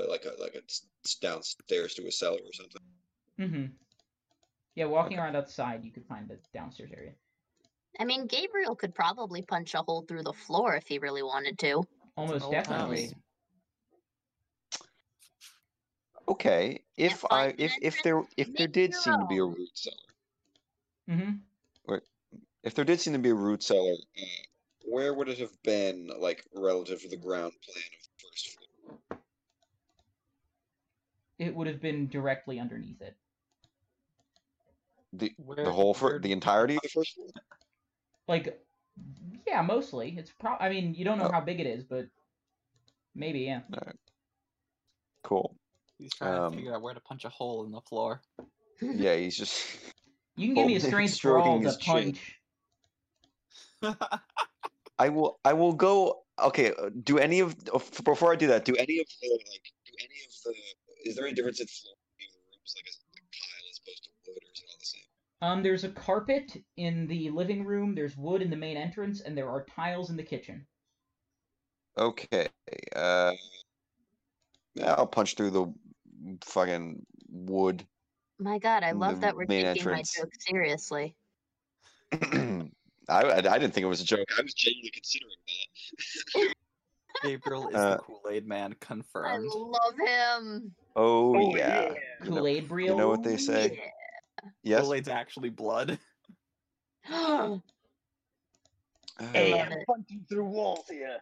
D: Uh, like a like a s- s- downstairs to a cellar or something.
A: Mm-hmm. Yeah, walking around outside, you could find the downstairs area.
B: I mean, Gabriel could probably punch a hole through the floor if he really wanted to.
A: Almost
C: old house.
A: definitely.
D: Okay, if
B: find
D: I
B: an
D: if if
B: entrance,
D: there if there
B: make
D: did
B: your
D: seem to be a root cellar,
A: Mm-hmm.
D: if there did seem to be a root cellar, uh, where would it have been like relative to the ground plan of the first floor?
A: It would have been directly underneath it.
D: The
C: Where,
D: the whole
C: where-
D: for the entirety of the first floor.
A: Like, yeah, mostly. It's pro. I mean, you don't know
D: Oh.
A: how big it is, but maybe yeah.
D: Cool.
C: He's trying
D: um,
C: to figure out where to punch a hole in the floor. Mm-hmm.
D: Yeah, he's just.
A: You can give me a
D: Well,
A: strength
D: stroking
A: brawl to
D: his chin.
A: punch.
D: I will. I will go. Okay. uh, Do any of uh, f- before I do that? Do any of the like? Do any of the? Is there any difference in floor in the rooms? Like, is it like tile as opposed to wood, or is it all the same?
A: Um, there's a carpet in the living room. There's wood in the main entrance, and there are tiles in the kitchen.
D: Okay. Uh, yeah, I'll punch through the fucking wood.
B: My God, I love
D: The
B: that we're
D: main
B: taking
D: entrance.
B: my joke seriously.
D: I, I I didn't think it was a joke. I was genuinely considering that.
C: Gabriel is
D: Uh,
C: the Kool Aid Man confirmed.
B: I love him.
D: Oh,
E: Oh,
D: yeah.
E: yeah.
D: You know-
A: Kool Aid Breel.
D: you know what they say? Yes.
C: Kool Aid's actually blood.
B: Yeah.
E: Hey,
D: Uh,
B: love
E: I'm
B: it.
E: punching through walls here.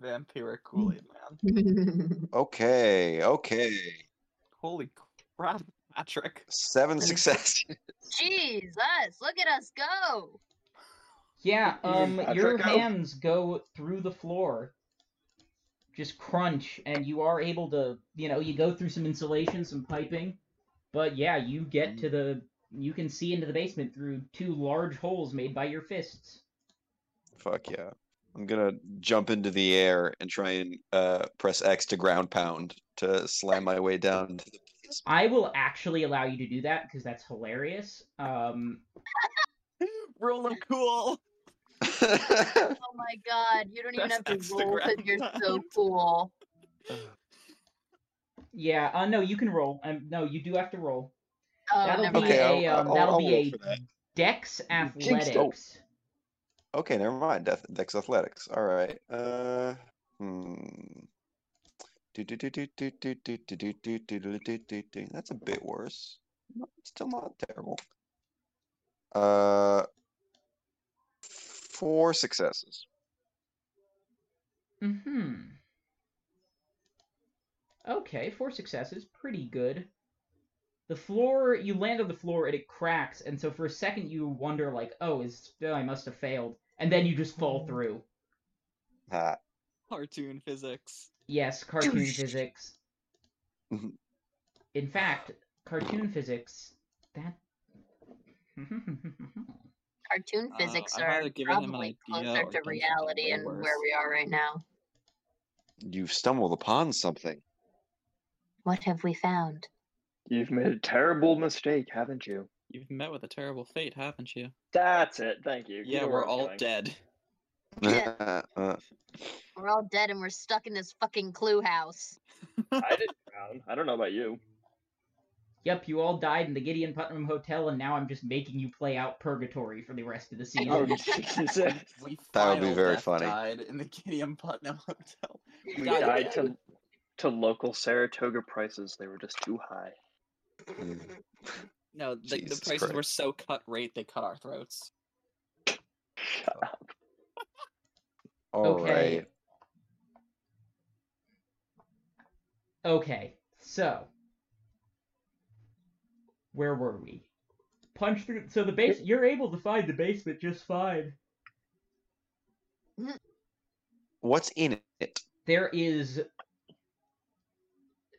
C: Vampiric Kool Aid Man.
D: okay. Okay.
C: Holy crap, Patrick.
D: Seven success.
B: Jesus, look at us go.
A: Yeah. Um,
E: I
A: your
E: check out.
A: hands go through the floor. Just crunch, and you are able to. You know, you go through some insulation, some piping, but yeah, you get to the. You can see into the basement through two large holes made by your fists.
D: Fuck yeah. I'm gonna jump into the air and try and uh, press X to ground pound to slam my way down to the basement.
A: I will actually allow you to do that because that's hilarious. Um,
C: Roll a cool.
B: Oh my God, you don't even
C: Press
B: have to
C: X to
B: roll because
C: grab
B: you're so
C: round.
B: cool.
A: yeah. Uh, no, you can roll. Um, no, you do have to roll.
B: Oh,
A: That'll
B: never
A: be
D: okay,
B: mind.
A: a
D: I'll,
A: um,
D: I'll,
A: that'll
D: I'll
A: be
D: roll
A: a
D: for that.
A: Dex
E: jinxed it.
A: Athletics.
D: Okay, never mind. Death, Dex Athletics. All right. Uh, hmm. Do, do, do, do, do, do, do, do, do, do, do, do, do, do, do. That's a bit worse. No, it's still not terrible. Uh, four successes.
A: Mm-hmm. Okay, four successes, pretty good. The floor, you land on the floor and it cracks, and so for a second you wonder like, oh, is oh, I must have failed, and then you just fall through.
D: Ah,
C: Cartoon physics.
A: Yes, cartoon
B: Douche.
A: physics.
D: Mhm.
A: In fact, cartoon physics. That.
B: Cartoon
C: Uh,
B: physics
C: I've
B: are
C: either given him an
B: probably closer
C: idea or
B: to
C: done something
B: reality
C: way
B: and where
C: worse.
B: we are right now.
D: you've stumbled upon something.
B: What have we found?
E: You've made a terrible mistake, haven't you?
C: You've met with a terrible fate, haven't you?
E: That's it. Thank you. You
C: Yeah,
E: know where
C: we're
E: I'm
C: all
E: going.
C: dead.
B: Yeah.
D: Uh,
B: We're all dead and we're stuck in this fucking clue house.
E: I didn't drown. I don't know about you.
A: Yep, you all died in the Gideon Putnam Hotel, and now I'm just making you play out purgatory for the rest of the season.
E: Oh,
C: We
E: Jesus.
D: That would be
C: final
D: very
C: death
D: funny.
C: Died in the Gideon Putnam Hotel.
E: We
C: God
E: died
C: damn.
E: to to local Saratoga prices. They were just too high.
D: Mm.
C: No, the, the
D: Jesus
C: prices were
D: Christ.
C: so cut rate they cut our throats.
E: Shut up.
D: All
A: Okay.
D: right.
A: Okay, so where were we? Punch through. So the base. You're able to find the basement just fine.
D: What's in it?
A: There is.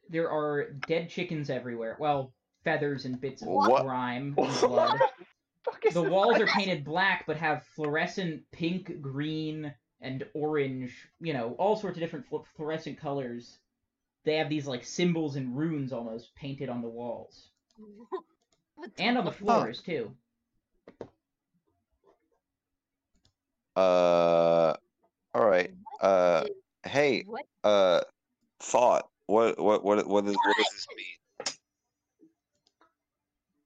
A: There are dead chickens everywhere. Well, feathers and bits of
D: What?
A: grime and blood.
E: Fuck is
A: the
E: this
A: walls are
E: place?
A: painted black, but have fluorescent pink, green, and orange. You know, all sorts of different flu- fluorescent colors. They have these like symbols and runes almost painted on the walls.
B: What the-
A: and on the floors too.
D: Uh, all right.
B: what
D: Uh,
B: do-
D: hey,
B: what
D: uh, thought. What what what what, is, what does this mean?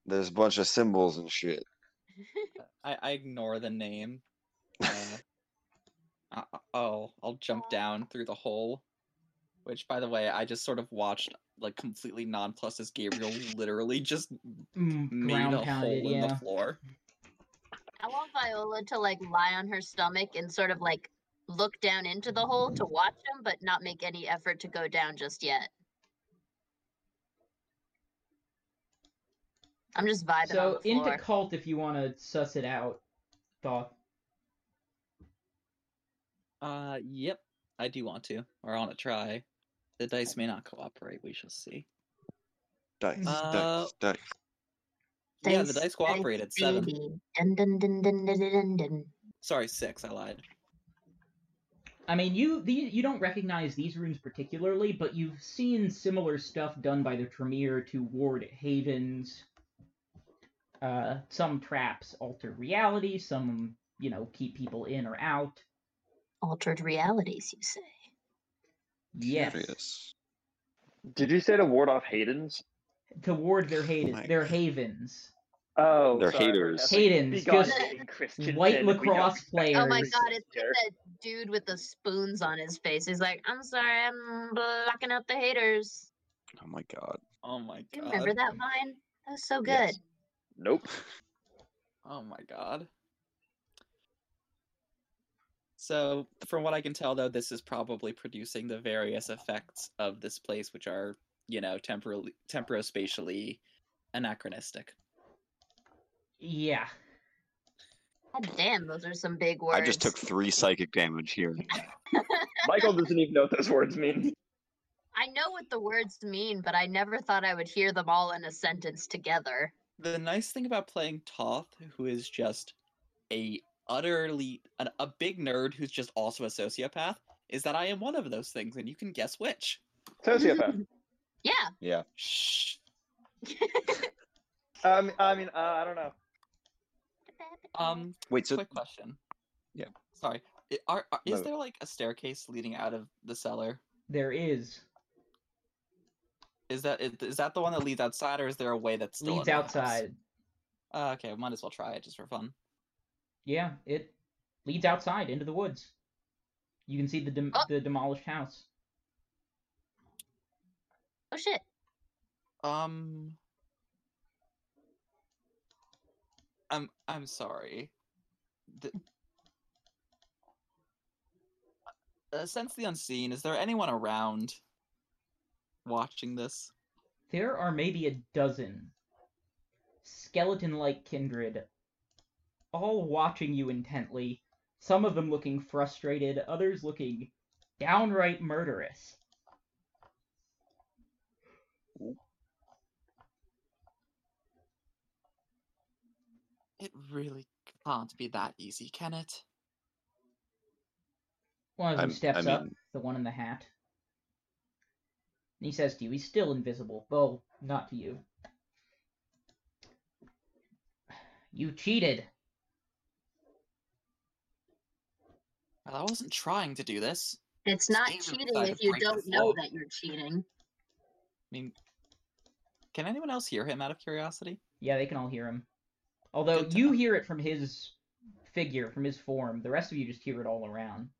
D: There's a bunch of symbols and shit.
C: I, I ignore the name. Uh, uh, oh, I'll jump down through the hole. Which, by the way, I just sort of watched, like, completely nonplussed as Gabriel literally just
A: Mm,
C: made a
A: ground
C: hole
A: pounded,
C: in
A: yeah.
C: the floor.
B: I want Viola to like lie on her stomach and sort of like look down into the hole to watch him, but not make any effort to go down just yet. I'm just vibing on
A: So
B: the floor.
A: into cult if you want to suss it out. Thought.
C: Uh, yep, I do want to, or I want to try. The dice may not cooperate. We shall see.
D: Dice,
C: Uh,
D: dice, dice.
C: yeah, the dice cooperated. Seven.
B: baby. Dun, dun, dun, dun, dun, dun, dun, dun.
C: Sorry, six. I lied.
A: I mean, you the, you don't recognize these runes particularly, but you've seen similar stuff done by the Tremere to ward havens. Uh, some traps alter reality. Some, you know, keep people in or out.
B: Altered realities, you say?
A: Yes.
D: Curious.
E: Did you say to ward off Hayden's?
A: To ward
C: Oh
A: their hated,
D: my
A: their
D: God.
A: havens.
E: Oh,
D: They're
E: sorry, I heard
D: haters.
E: that.
A: Hayden's,
E: Begotten
A: just
E: Hayden Christensen,
A: White
E: we don't
A: lacrosse
E: expect
A: players.
B: Oh my
E: Harry's
B: god, it's just
E: here.
B: that dude with the spoons on his face. He's like, I'm sorry, I'm blocking out the haters.
D: Oh my god.
C: Oh my
B: Do you
C: god.
B: remember that vine? That was so good.
D: Yes.
E: Nope.
C: Oh my god. So, from what I can tell, though, this is probably producing the various effects of this place, which are, you know, temporally, temporospatially anachronistic.
A: Yeah.
B: God damn, those are some big words.
D: I just took three psychic damage here.
E: Michael doesn't even know what those words mean.
B: I know what the words mean, but I never thought I would hear them all in a sentence together.
C: The nice thing about playing Toth, who is just a utterly an, a big nerd who's just also a sociopath, is that I am one of those things, and you can guess which.
E: Sociopath.
B: Yeah.
D: Yeah.
C: Shh.
E: Um, I mean, uh, I don't know.
C: Um.
D: Wait, so
C: Quick question.
D: Yeah.
C: Sorry. i- Are, are is
D: No.
C: there like a staircase leading out of the cellar?
A: There is.
C: Is that is, is that the one that leads outside, or is there a way that's still in
A: Leads
C: the house?
A: outside.
C: Uh, okay, might as well try it just for fun.
A: Yeah, it leads outside into the woods. You can see the dem-
B: Oh.
A: the demolished house.
B: Oh shit.
C: Um, I'm I'm sorry. The, uh, sense the unseen. Is there anyone around watching this?
A: There are maybe a dozen skeleton-like kindred, all watching you intently. Some of them looking frustrated, others looking downright murderous.
C: It really can't be that easy, can it?
A: One of them
D: I'm-
A: steps
D: I
A: up,
D: mean-
A: the one in the hat. And he says to you, he's still invisible. Well, not to you. You cheated.
C: Well, I wasn't trying to do this.
B: It's
C: This
B: not
C: game is
B: cheating
C: designed
B: if
C: to
B: you
C: break the
B: don't know
C: flow.
B: that you're cheating.
C: I mean, can anyone else hear him? Out of curiosity.
A: Yeah, they can all hear him. Although
C: Good to
A: you
C: know.
A: hear it from his figure, from his form. The rest of you just hear it all around.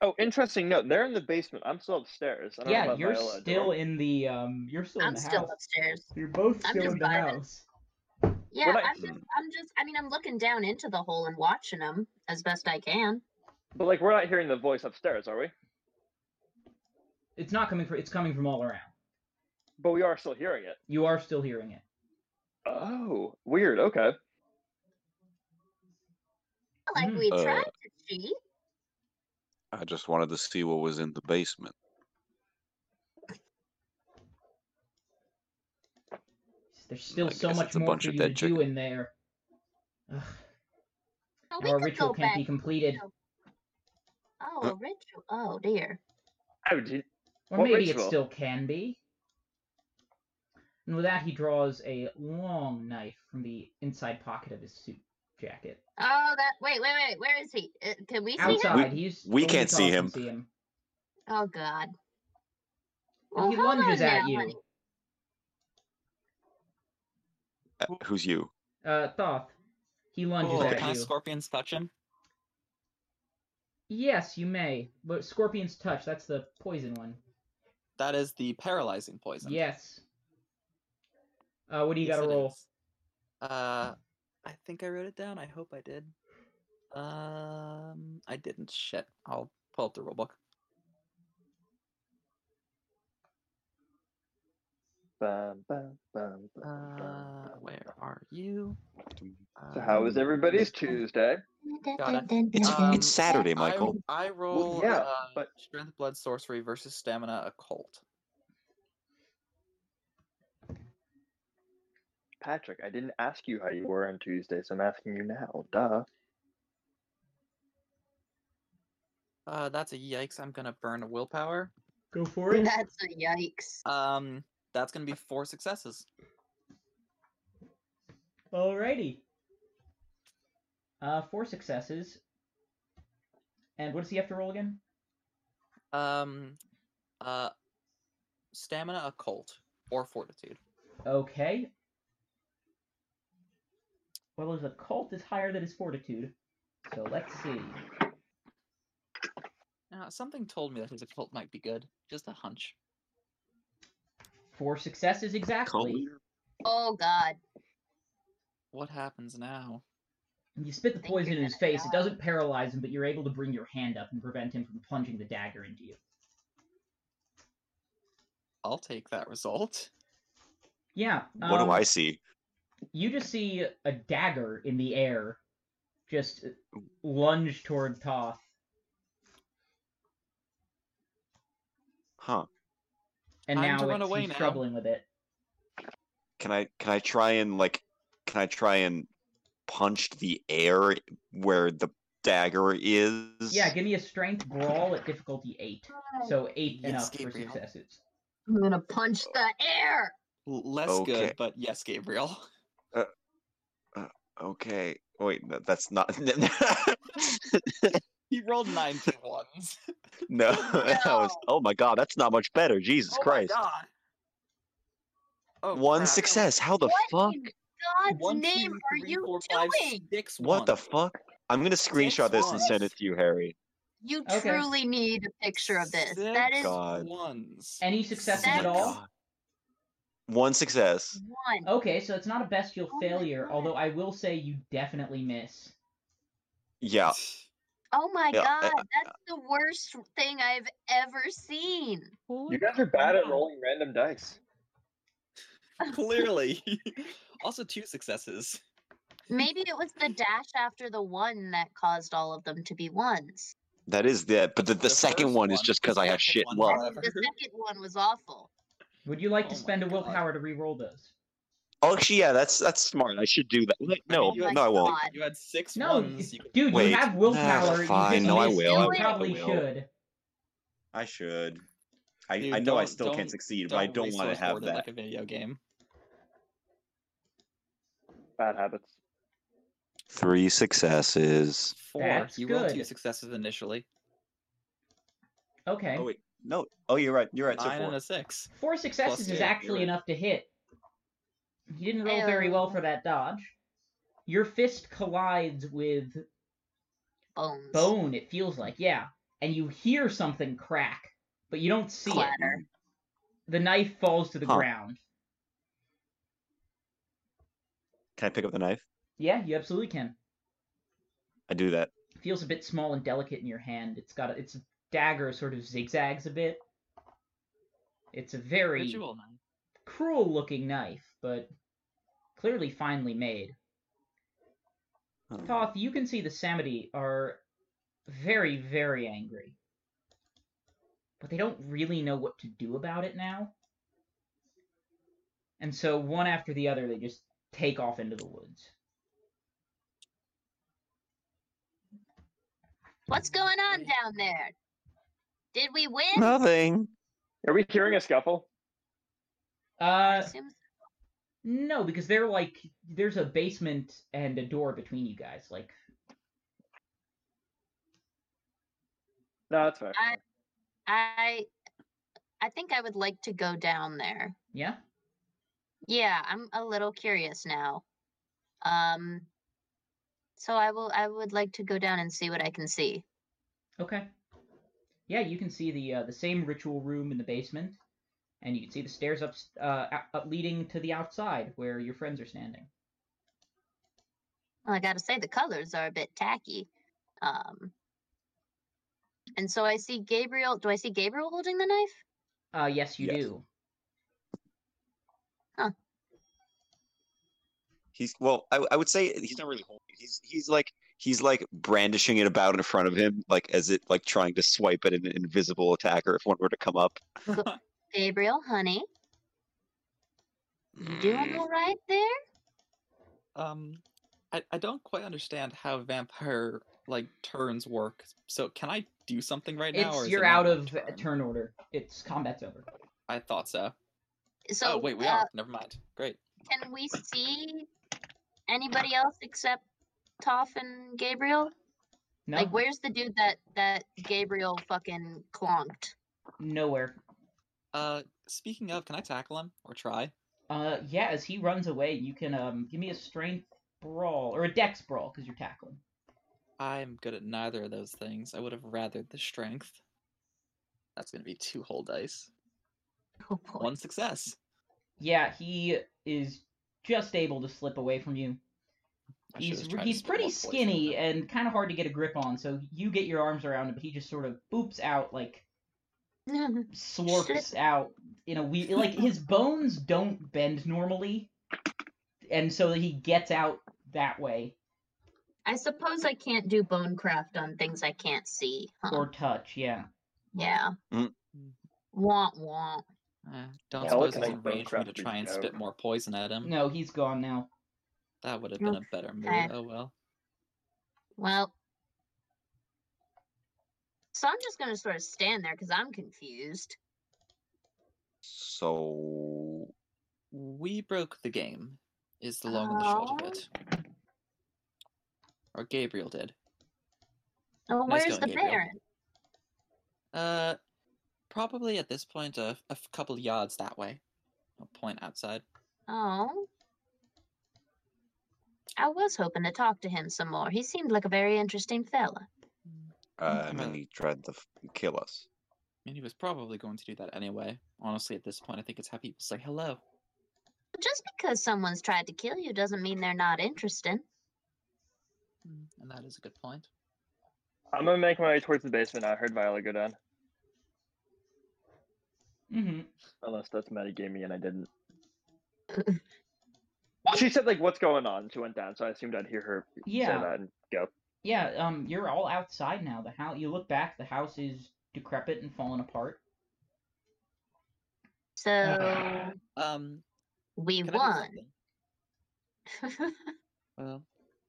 E: Oh, interesting note. They're in the basement. I'm still upstairs. I don't know
A: Yeah,
E: about
A: you're
E: Viola,
A: still
E: Jordan.
A: in the um you're still in
B: I'm
A: the
B: still
A: house.
B: upstairs.
A: You're both
B: I'm
A: still
B: just
A: in the
B: vibing.
A: house.
B: Yeah,
E: When I-
B: I'm just, I'm just, I mean, I'm looking down into the hole and watching them as best I can.
E: But like, we're not hearing the voice upstairs, are we?
A: It's not coming from it's coming from all around.
E: But we are still hearing it.
A: You are still hearing it.
E: Oh, weird. Okay.
B: Not Like
A: Mm.
B: we
D: Uh,
B: tried to cheat.
D: I just wanted to see what was in the basement.
A: There's still
D: Mm, I
A: so
D: guess
A: much
D: it's a
A: more
D: bunch
A: for
D: of
A: you to
D: dead
A: do
D: chicken.
A: in there. Ugh, now
B: Oh, we
A: our
B: could
A: ritual
B: go
A: can't
B: back.
A: be completed.
B: Oh, a ritual. Oh dear.
E: Oh, did-
A: Or
E: What
A: maybe it
E: ritual?
A: still can be. And and with that he draws a long knife from the inside pocket of his suit jacket.
B: Oh, that. Wait, wait, wait. Where is he? Uh, can we see him?
A: Outside, he's
D: we
A: only
D: can't see
A: Charles can
D: him.
A: See him.
B: Oh God.
A: And
B: Well,
A: he
B: hold
A: lunges
B: on
A: at
B: now,
A: you.
B: honey.
D: Uh, who's you?
A: Uh, Thoth.
D: Oh,
A: He lunges
C: Cool.
A: at
C: Can I
A: you.
C: scorpions touch him?
A: Yes, you may. But Scorpion's Touch, that's the poison one.
C: That is the paralyzing poison.
A: Yes. Uh, what do you
C: Yes,
A: gotta
C: it
A: roll?
C: is. Uh, I think I wrote it down. I hope I did. Um, I didn't. Shit. I'll pull up the rulebook.
E: Bum, bum, bum, bum, bum,
C: Uh,
E: bum.
C: where are you?
E: So how is
C: Um,
E: everybody's Tuesday?
C: Got it.
D: It's
C: Um,
D: it's Saturday,
C: I-
D: Michael.
C: I, roll
E: yeah,
C: uh,
E: but-
C: strength, blood, sorcery versus stamina, occult.
E: Patrick, I didn't ask you how you were on Tuesday, so I'm asking you now. Duh.
C: Uh, that's a yikes. I'm gonna burn a willpower.
A: Go for it.
B: That's a yikes.
C: Um, that's gonna be four successes.
A: Alrighty. Uh, four successes. And what does he have to roll again?
C: Um, uh, stamina, occult, or fortitude.
A: Okay. Well, his occult is higher than his fortitude. So let's see.
C: Uh, something told me that his occult might be good. Just a hunch.
A: Four successes exactly.
B: Oh God.
C: What happens now?
A: You spit the
B: Think you're
A: poison in his
B: gonna
A: face. It
B: die.
A: doesn't paralyze him, but you're able to bring your hand up and prevent him from plunging the dagger into you.
C: I'll take that result.
A: Yeah.
D: What
A: um,
D: do I see?
A: you just see a dagger in the air just lunge toward Toth.
D: Huh?
A: And
C: Time to
A: now
C: run
A: it's,
C: away
A: he's
C: now.
A: struggling with it.
D: Can I can I try and like can I try and punch the air where the dagger is?
A: Yeah, give me a strength brawl at difficulty 8. So 8 and
C: Yes,
A: up for
C: Gabriel.
A: successes.
B: I'm gonna punch the air.
C: L- Less
D: Okay.
C: good, but yes, Gabriel.
D: Okay. Wait, no, that's not.
C: He rolled nine two ones.
D: No. that was- oh my god, that's not much better. Jesus
C: Oh my
D: Christ.
C: god. Oh,
D: One
C: crap.
D: success. How the
B: What
D: fuck?
B: in God's
C: One, two,
B: name are
C: three,
B: you
C: four, five,
B: doing?
C: six
D: What the
C: ones.
D: fuck? I'm gonna screenshot this and send
C: ones.
D: it to you, Harry.
B: You
A: Okay.
B: truly need a picture of this. that
C: Six
B: is
D: God.
C: ones.
A: Any successes
D: Oh my
A: at all?
D: God. One success.
B: one.
A: Okay, so it's not a bestial
B: Oh my
A: failure,
B: God.
A: although I will say you definitely miss.
D: Yeah.
B: Oh my
D: Yeah, I-
B: God, that's the worst thing I've ever seen.
E: You guys are bad at rolling random dice.
C: Clearly. also two successes.
B: Maybe it was the dash after the one that caused all of them to be ones.
D: That is that, but the, the,
C: The
D: second
C: first
D: one is
C: one,
D: just
C: the
D: because I have
C: second
D: shit
C: one,
D: luck.
B: I think the
C: Whatever.
B: second one was awful.
A: Would you like to
C: Oh my
A: spend a
C: God.
A: willpower to re-roll those?
D: Oh, actually, yeah, that's that's smart. I should do that. Wait,
C: I mean,
D: No,
C: you had
D: Oh, no, I won't.
B: Oh, God.
C: You had six
A: No,
C: ones.
A: you-
C: You could-
A: dude,
D: Wait,
A: you have
D: nah,
A: willpower. you
D: fine,
A: just
D: no, I
A: missed.
D: will,
B: I
A: You
B: will, I
A: probably
D: will.
A: should.
D: I should. I,
C: Dude,
D: I know I
C: don't-
D: still
C: don't-
D: can't succeed, but I don't want to
C: resource
D: have
C: hoard it
D: that.
C: like a video game.
E: Bad habits.
D: Three successes.
C: Four.
A: That's
C: you rolled two
A: good.
C: successes initially.
A: Okay.
D: Oh wait, no. Oh, you're right. You're right. So
C: Nine and
D: four.
C: a six.
A: Four successes
C: Plus
A: is
C: eight,
A: actually
D: you're-
A: enough to hit. He didn't roll very well for that dodge. Your fist collides with
B: Bones.
A: bone, it feels like, yeah. And you hear something crack, but you don't see it.
B: Clatter.
A: The knife falls to the
D: Huh.
A: ground.
D: Can I pick up the knife?
A: Yeah, you absolutely can.
D: I do that.
A: feels a bit small and delicate in your hand. It's got a, its dagger sort of zigzags a bit. It's a very
C: Ritual nine.
A: cruel looking knife, but clearly finely made.
D: Huh.
A: Thoth, you can see the Samity are very, very angry. But they don't really know what to do about it now. And so, one after the other, they just take off into the woods.
B: What's going on down there? Did we win?
D: Nothing.
E: Are we hearing a scuffle?
B: I
A: Uh,
B: assume so.
A: No, because they're like there's a basement and a door between you guys. Like
E: No, that's fair.
B: I- I I think I would like to go down there.
A: yeah,
B: Yeah, I'm a little curious now. Um so I will I would like to go down and see what I can see.
A: okay, yeah. You can see the uh, the same ritual room in the basement, and you can see the stairs up uh, out- up leading to the outside where your friends are standing.
B: Well, I got to say the colors are a bit tacky. Um And so I see Gabriel, do I see Gabriel holding the knife?
A: Uh, yes, you
D: Yes.
A: do.
D: He's well. I, I would say he's not really holding. it. He's he's like he's like brandishing it about in front of him, like as it like trying to swipe at an invisible attacker if one were to come up.
B: Gabriel, honey, you
C: Mm.
B: doing all right there?
C: Um, I, I don't quite understand how vampire like turns work. So can I do something right now? or
A: it's
C: is
A: you're
C: it not
A: out
C: my
A: of
C: turn?
A: turn order. It's combat's over.
C: I thought so.
B: So
C: oh wait, we
B: uh,
C: are. Never mind. Great.
B: can we see anybody else except Toph and Gabriel?
A: No,
B: Like, where's the dude that that Gabriel fucking clonked?
A: nowhere.
C: Uh, speaking of, can I tackle him or try?
A: Uh, yeah. As he runs away, you can um give me a strength brawl or a dex brawl because you're tackling.
C: I'm good at neither of those things. I would have rathered the strength. That's gonna be two whole dice.
B: Oh boy.
C: One success.
A: Yeah, he is just able to slip away from you.
C: I should
A: He's
C: have tried to
A: he's
C: spit
A: pretty
C: more poison
A: skinny
C: than-
A: and kind of hard to get a grip on, so you get your arms around him, but he just sort of boops out like slurps out in a weird like his bones don't bend normally, and so he gets out that way
B: I suppose I can't do bone craft on things I can't see. huh?
A: or touch. Yeah,
B: yeah.
D: Mm.
B: Want want.
C: Eh, don't
E: Yeah,
C: suppose
E: what can
C: it's
E: I
C: in
E: do?
C: range for me to
E: Crafty
C: try and
E: joke.
C: spit more poison at him.
A: no, he's gone now.
C: That would have been a better move.
B: Okay.
C: Oh well.
B: Well. So I'm just gonna sort of stand there because I'm confused.
D: So
C: We broke the game. Is the long and the short of it? Or Gabriel did.
B: Oh,
C: Nice
B: where's the
C: going, Gabriel.
B: Baron?
C: Uh, probably at this point a, a f- couple yards that way. A point outside.
B: Oh. I was hoping to talk to him some more. He seemed like a very interesting fella.
D: uh,
C: and then
D: he tried to kill us.
C: And he was probably going to do that anyway. Honestly, at this point, I think it's how people say hello.
B: But just because someone's tried to kill you doesn't mean they're not interesting.
C: Mm, And that is a good point.
E: I'm gonna make my way towards the basement. I heard Violet go down.
A: hmm
E: Unless that's metagaming and I didn't. She said like what's going on? She went down, so I assumed I'd hear her say
A: Yeah,
E: that and go.
A: yeah. Um, you're all outside now. The house. You look back. The house is decrepit and fallen apart.
B: So
C: Um,
B: we
C: can I do
B: won.
C: something? Well,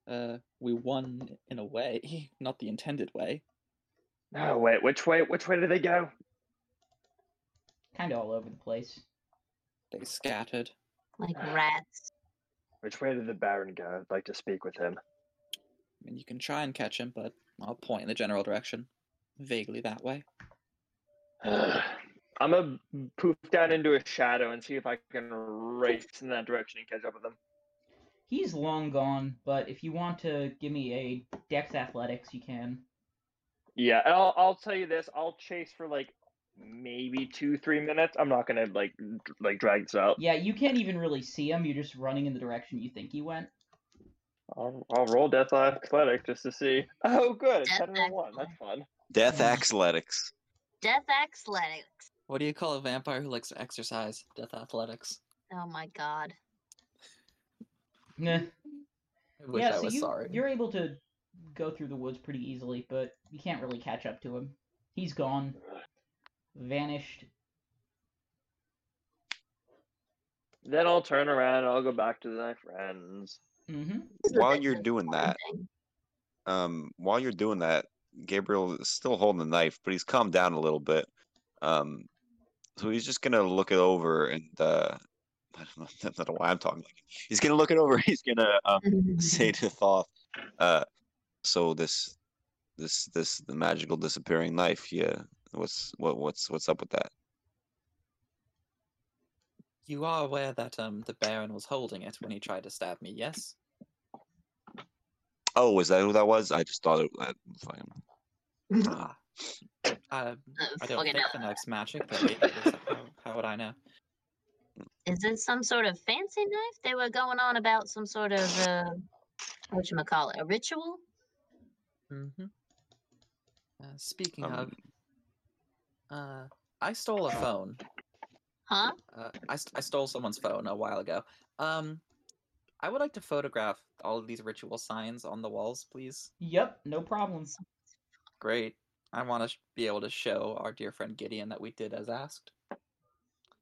C: uh, we won in a way, not the intended way.
E: Oh wait, which way which way did they go?
A: Kind of all over the place.
C: They scattered.
B: like rats.
E: Which way did the Baron go? I'd like to speak with him.
C: I mean, you can try and catch him, but I'll point in the general direction, vaguely that way.
E: I'm gonna poof down into a shadow and see if I can race in that direction and catch up with him.
A: He's long gone, but if you want to give me a Dex Athletics, you can.
E: Yeah, and I'll I'll tell you this. I'll chase for like maybe two three minutes. I'm not gonna like d- like drag this out.
A: Yeah, you can't even really see him. You're just running in the direction you think he went.
E: I'll, I'll roll death athletic just to see. Oh, good, it's
B: Death
E: ten and a one. That's fun.
D: Death
A: Mm.
D: athletics.
B: Death athletics.
C: What do you call a vampire who likes to exercise? Death athletics.
B: Oh my god.
A: Nah.
C: I wish
A: yeah,
C: I
A: so
C: was
A: you,
C: sorry.
A: you're able to go through the woods pretty easily, but you can't really catch up to him. He's gone, vanished.
E: Then I'll turn around and I'll go back to my friends.
A: hmm
B: This is a
D: While
B: bit
D: you're doing that,
B: disappointing.
D: um, while you're doing that, Gabriel is still holding the knife, but he's calmed down a little bit. Um, so he's just gonna look it over and uh, I don't know, I don't know why I'm talking like he's gonna look it over. He's gonna um, say to Thoth, uh, "So this, this, this, the magical disappearing knife. Yeah, what's what, what's what's up with that?
C: You are aware that um the Baron was holding it when he tried to stab me, yes?
D: Oh, is that who that was? I just thought it. I, fucking,
C: Ah. Um, I don't
B: Fucking
C: think the knife's magic, but it is. How, how would I know?
B: Is this some sort of fancy knife? They were going on about some sort of uh, what you call it, a ritual.
C: Mm-hmm. Uh, speaking
D: um,
C: of, uh, I stole a phone.
B: Huh?
C: Uh, I, st- I stole someone's phone a while ago. Um, I would like to photograph all of these ritual signs on the walls, please.
A: Yep, no problems.
C: Great. I want to sh- be able to show our dear friend Gideon that we did as asked.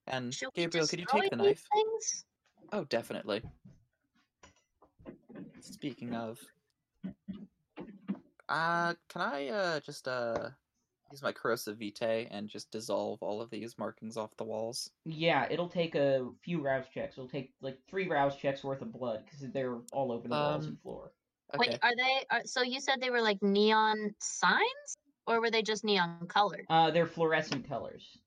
C: And
B: Should we
C: Gabriel, could you
B: destroy
C: take the
B: these
C: knife?
B: Things?
C: Oh, definitely. Speaking of, uh, can I uh just uh use my corrosive vitae and just dissolve all of these markings off the walls?
A: Yeah, it'll take a few rouse checks. It'll take like three rouse checks worth of blood because they're all over the walls
C: Um,
A: and floor.
C: Okay.
B: Wait, are they? Are, so you said they were like neon signs, or were they just neon colored?
A: Uh, they're fluorescent colors.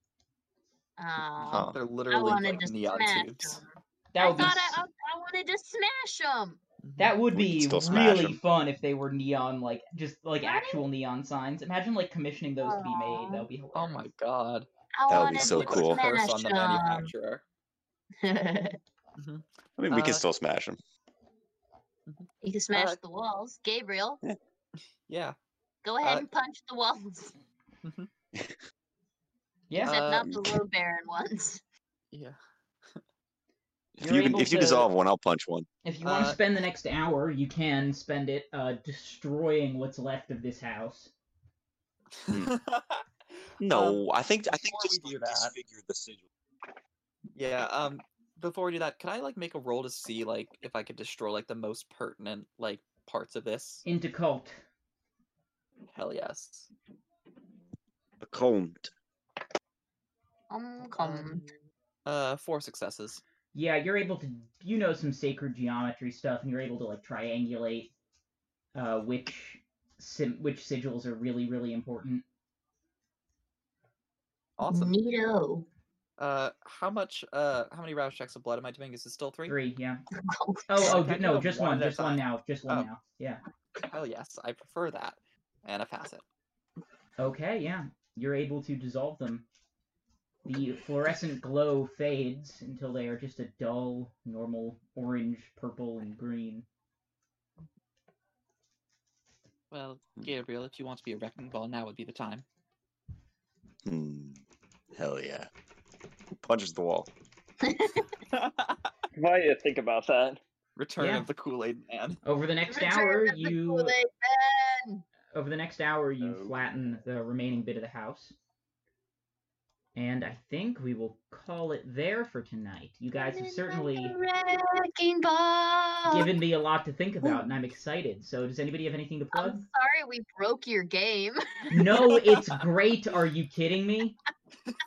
B: Uh,
C: They're
B: I
C: literally
B: wanted
C: like
B: to
C: neon
B: smash
C: tubes.
B: them.
A: That
B: I
A: would be
B: thought
A: s-
B: I, I, I wanted to smash them.
C: Mm-hmm.
A: that would
D: We can
A: be
D: still smash
A: really
D: 'em.
A: fun if they were neon, like just like
B: Right?
A: actual neon signs. Imagine like commissioning those to be made. That would be hilarious.
C: Oh my god.
B: I
D: That would be
B: wanted
D: so
B: to
C: Like, put a
D: cool.
C: curse on the
B: smash
C: manufacturer.
B: 'em.
D: I mean, we can
C: Uh,
D: still smash him.
B: you can smash
C: Uh,
B: the walls, Gabriel.
C: Yeah.
B: Go ahead
C: uh,
B: and punch the walls,
A: Yeah,
B: except
C: uh,
B: not the low baron ones.
C: Yeah.
D: If
A: You're
D: you can,
A: able
D: if you
A: to-
D: dissolve one, I'll punch one.
A: if you want to
C: uh,
A: spend the next hour, you can spend it uh destroying what's left of this house.
D: Hmm.
C: Um,
D: No, I think I think
C: before we
D: just
C: do
D: like,
C: that-
D: disfigure the sigil.
C: Yeah. Um. Before we do that, could I like make a roll to see like if I could destroy like the most pertinent like parts of this?
A: Into cult.
C: Hell yes.
D: The comb.
B: Um, come.
C: Uh, four successes.
A: Yeah, you're able to you know some sacred geometry stuff, and you're able to like triangulate uh which sim- which sigils are really really important.
C: Awesome.
B: Neato.
C: Uh, how much? Uh, how many rouse checks of blood am I doing? Is it still three?
A: Three, yeah. Oh, oh
C: Okay,
A: ju- no,
C: no,
A: just
C: one
A: one,
C: at a
A: just one
C: time.
A: now, just one
C: Oh.
A: now. Yeah.
C: Hell yes, I prefer that. And I pass it.
A: Okay, yeah. You're able to dissolve them. The fluorescent glow fades until they are just a dull, normal orange, purple, and green.
C: Well, Gabriel, if you want to be a wrecking ball, now would be the time.
D: Hmm. Hell yeah. Punches the wall.
E: Why you think about that?
C: Return
A: Yeah.
C: of the Kool Aid Man.
A: Over the next
B: Return
A: hour,
B: of the
A: you
B: Kool-Aid Man.
A: over the next hour you
E: Oh.
A: flatten the remaining bit of the house. And I think we will call it there for tonight. You guys have certainly
B: Wrecking ball.
A: given me a lot to think about, and I'm excited. So, does anybody have anything to
B: I'm
A: plug?
B: sorry we broke your game.
A: No, it's great. Are you kidding me?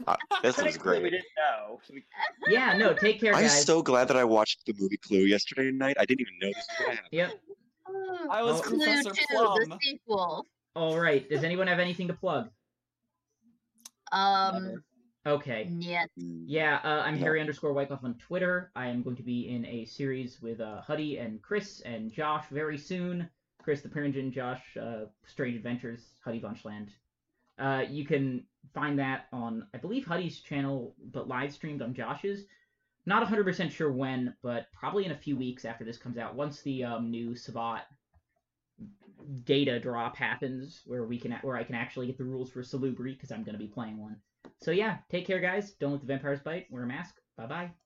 D: Ah, this was
E: Technically, We
D: great.
E: didn't know. so we-
A: Yeah, no, take care,
D: I'm
A: guys.
D: so glad that I watched the movie Clue yesterday night. I didn't even know this was gonna happen.
A: Yep.
C: I was
A: Oh.
B: Clue
C: Professor
B: 2, the
C: Plum.
B: sequel.
A: All right. Does anyone have anything to plug?
B: Um,
A: Okay.
B: yeah,
D: Hmm.
A: Yeah, uh, I'm
D: No.
A: Harry underscore Wyckoff on Twitter. I am going to be in a series with uh, Huddy and Chris and Josh very soon. Chris the Peringin, Josh, uh, Strange Adventures, Huddy von Schland. Uh, you can find that on, I believe, Huddy's channel, but live streamed on Josh's. Not 100% sure when, but probably in a few weeks after this comes out, once the um, new Savat data drop happens, where we can where I can actually get the rules for Salubri, because I'm going to be playing one. So yeah, take care, guys. Don't let the vampires bite. Wear a mask. Bye bye.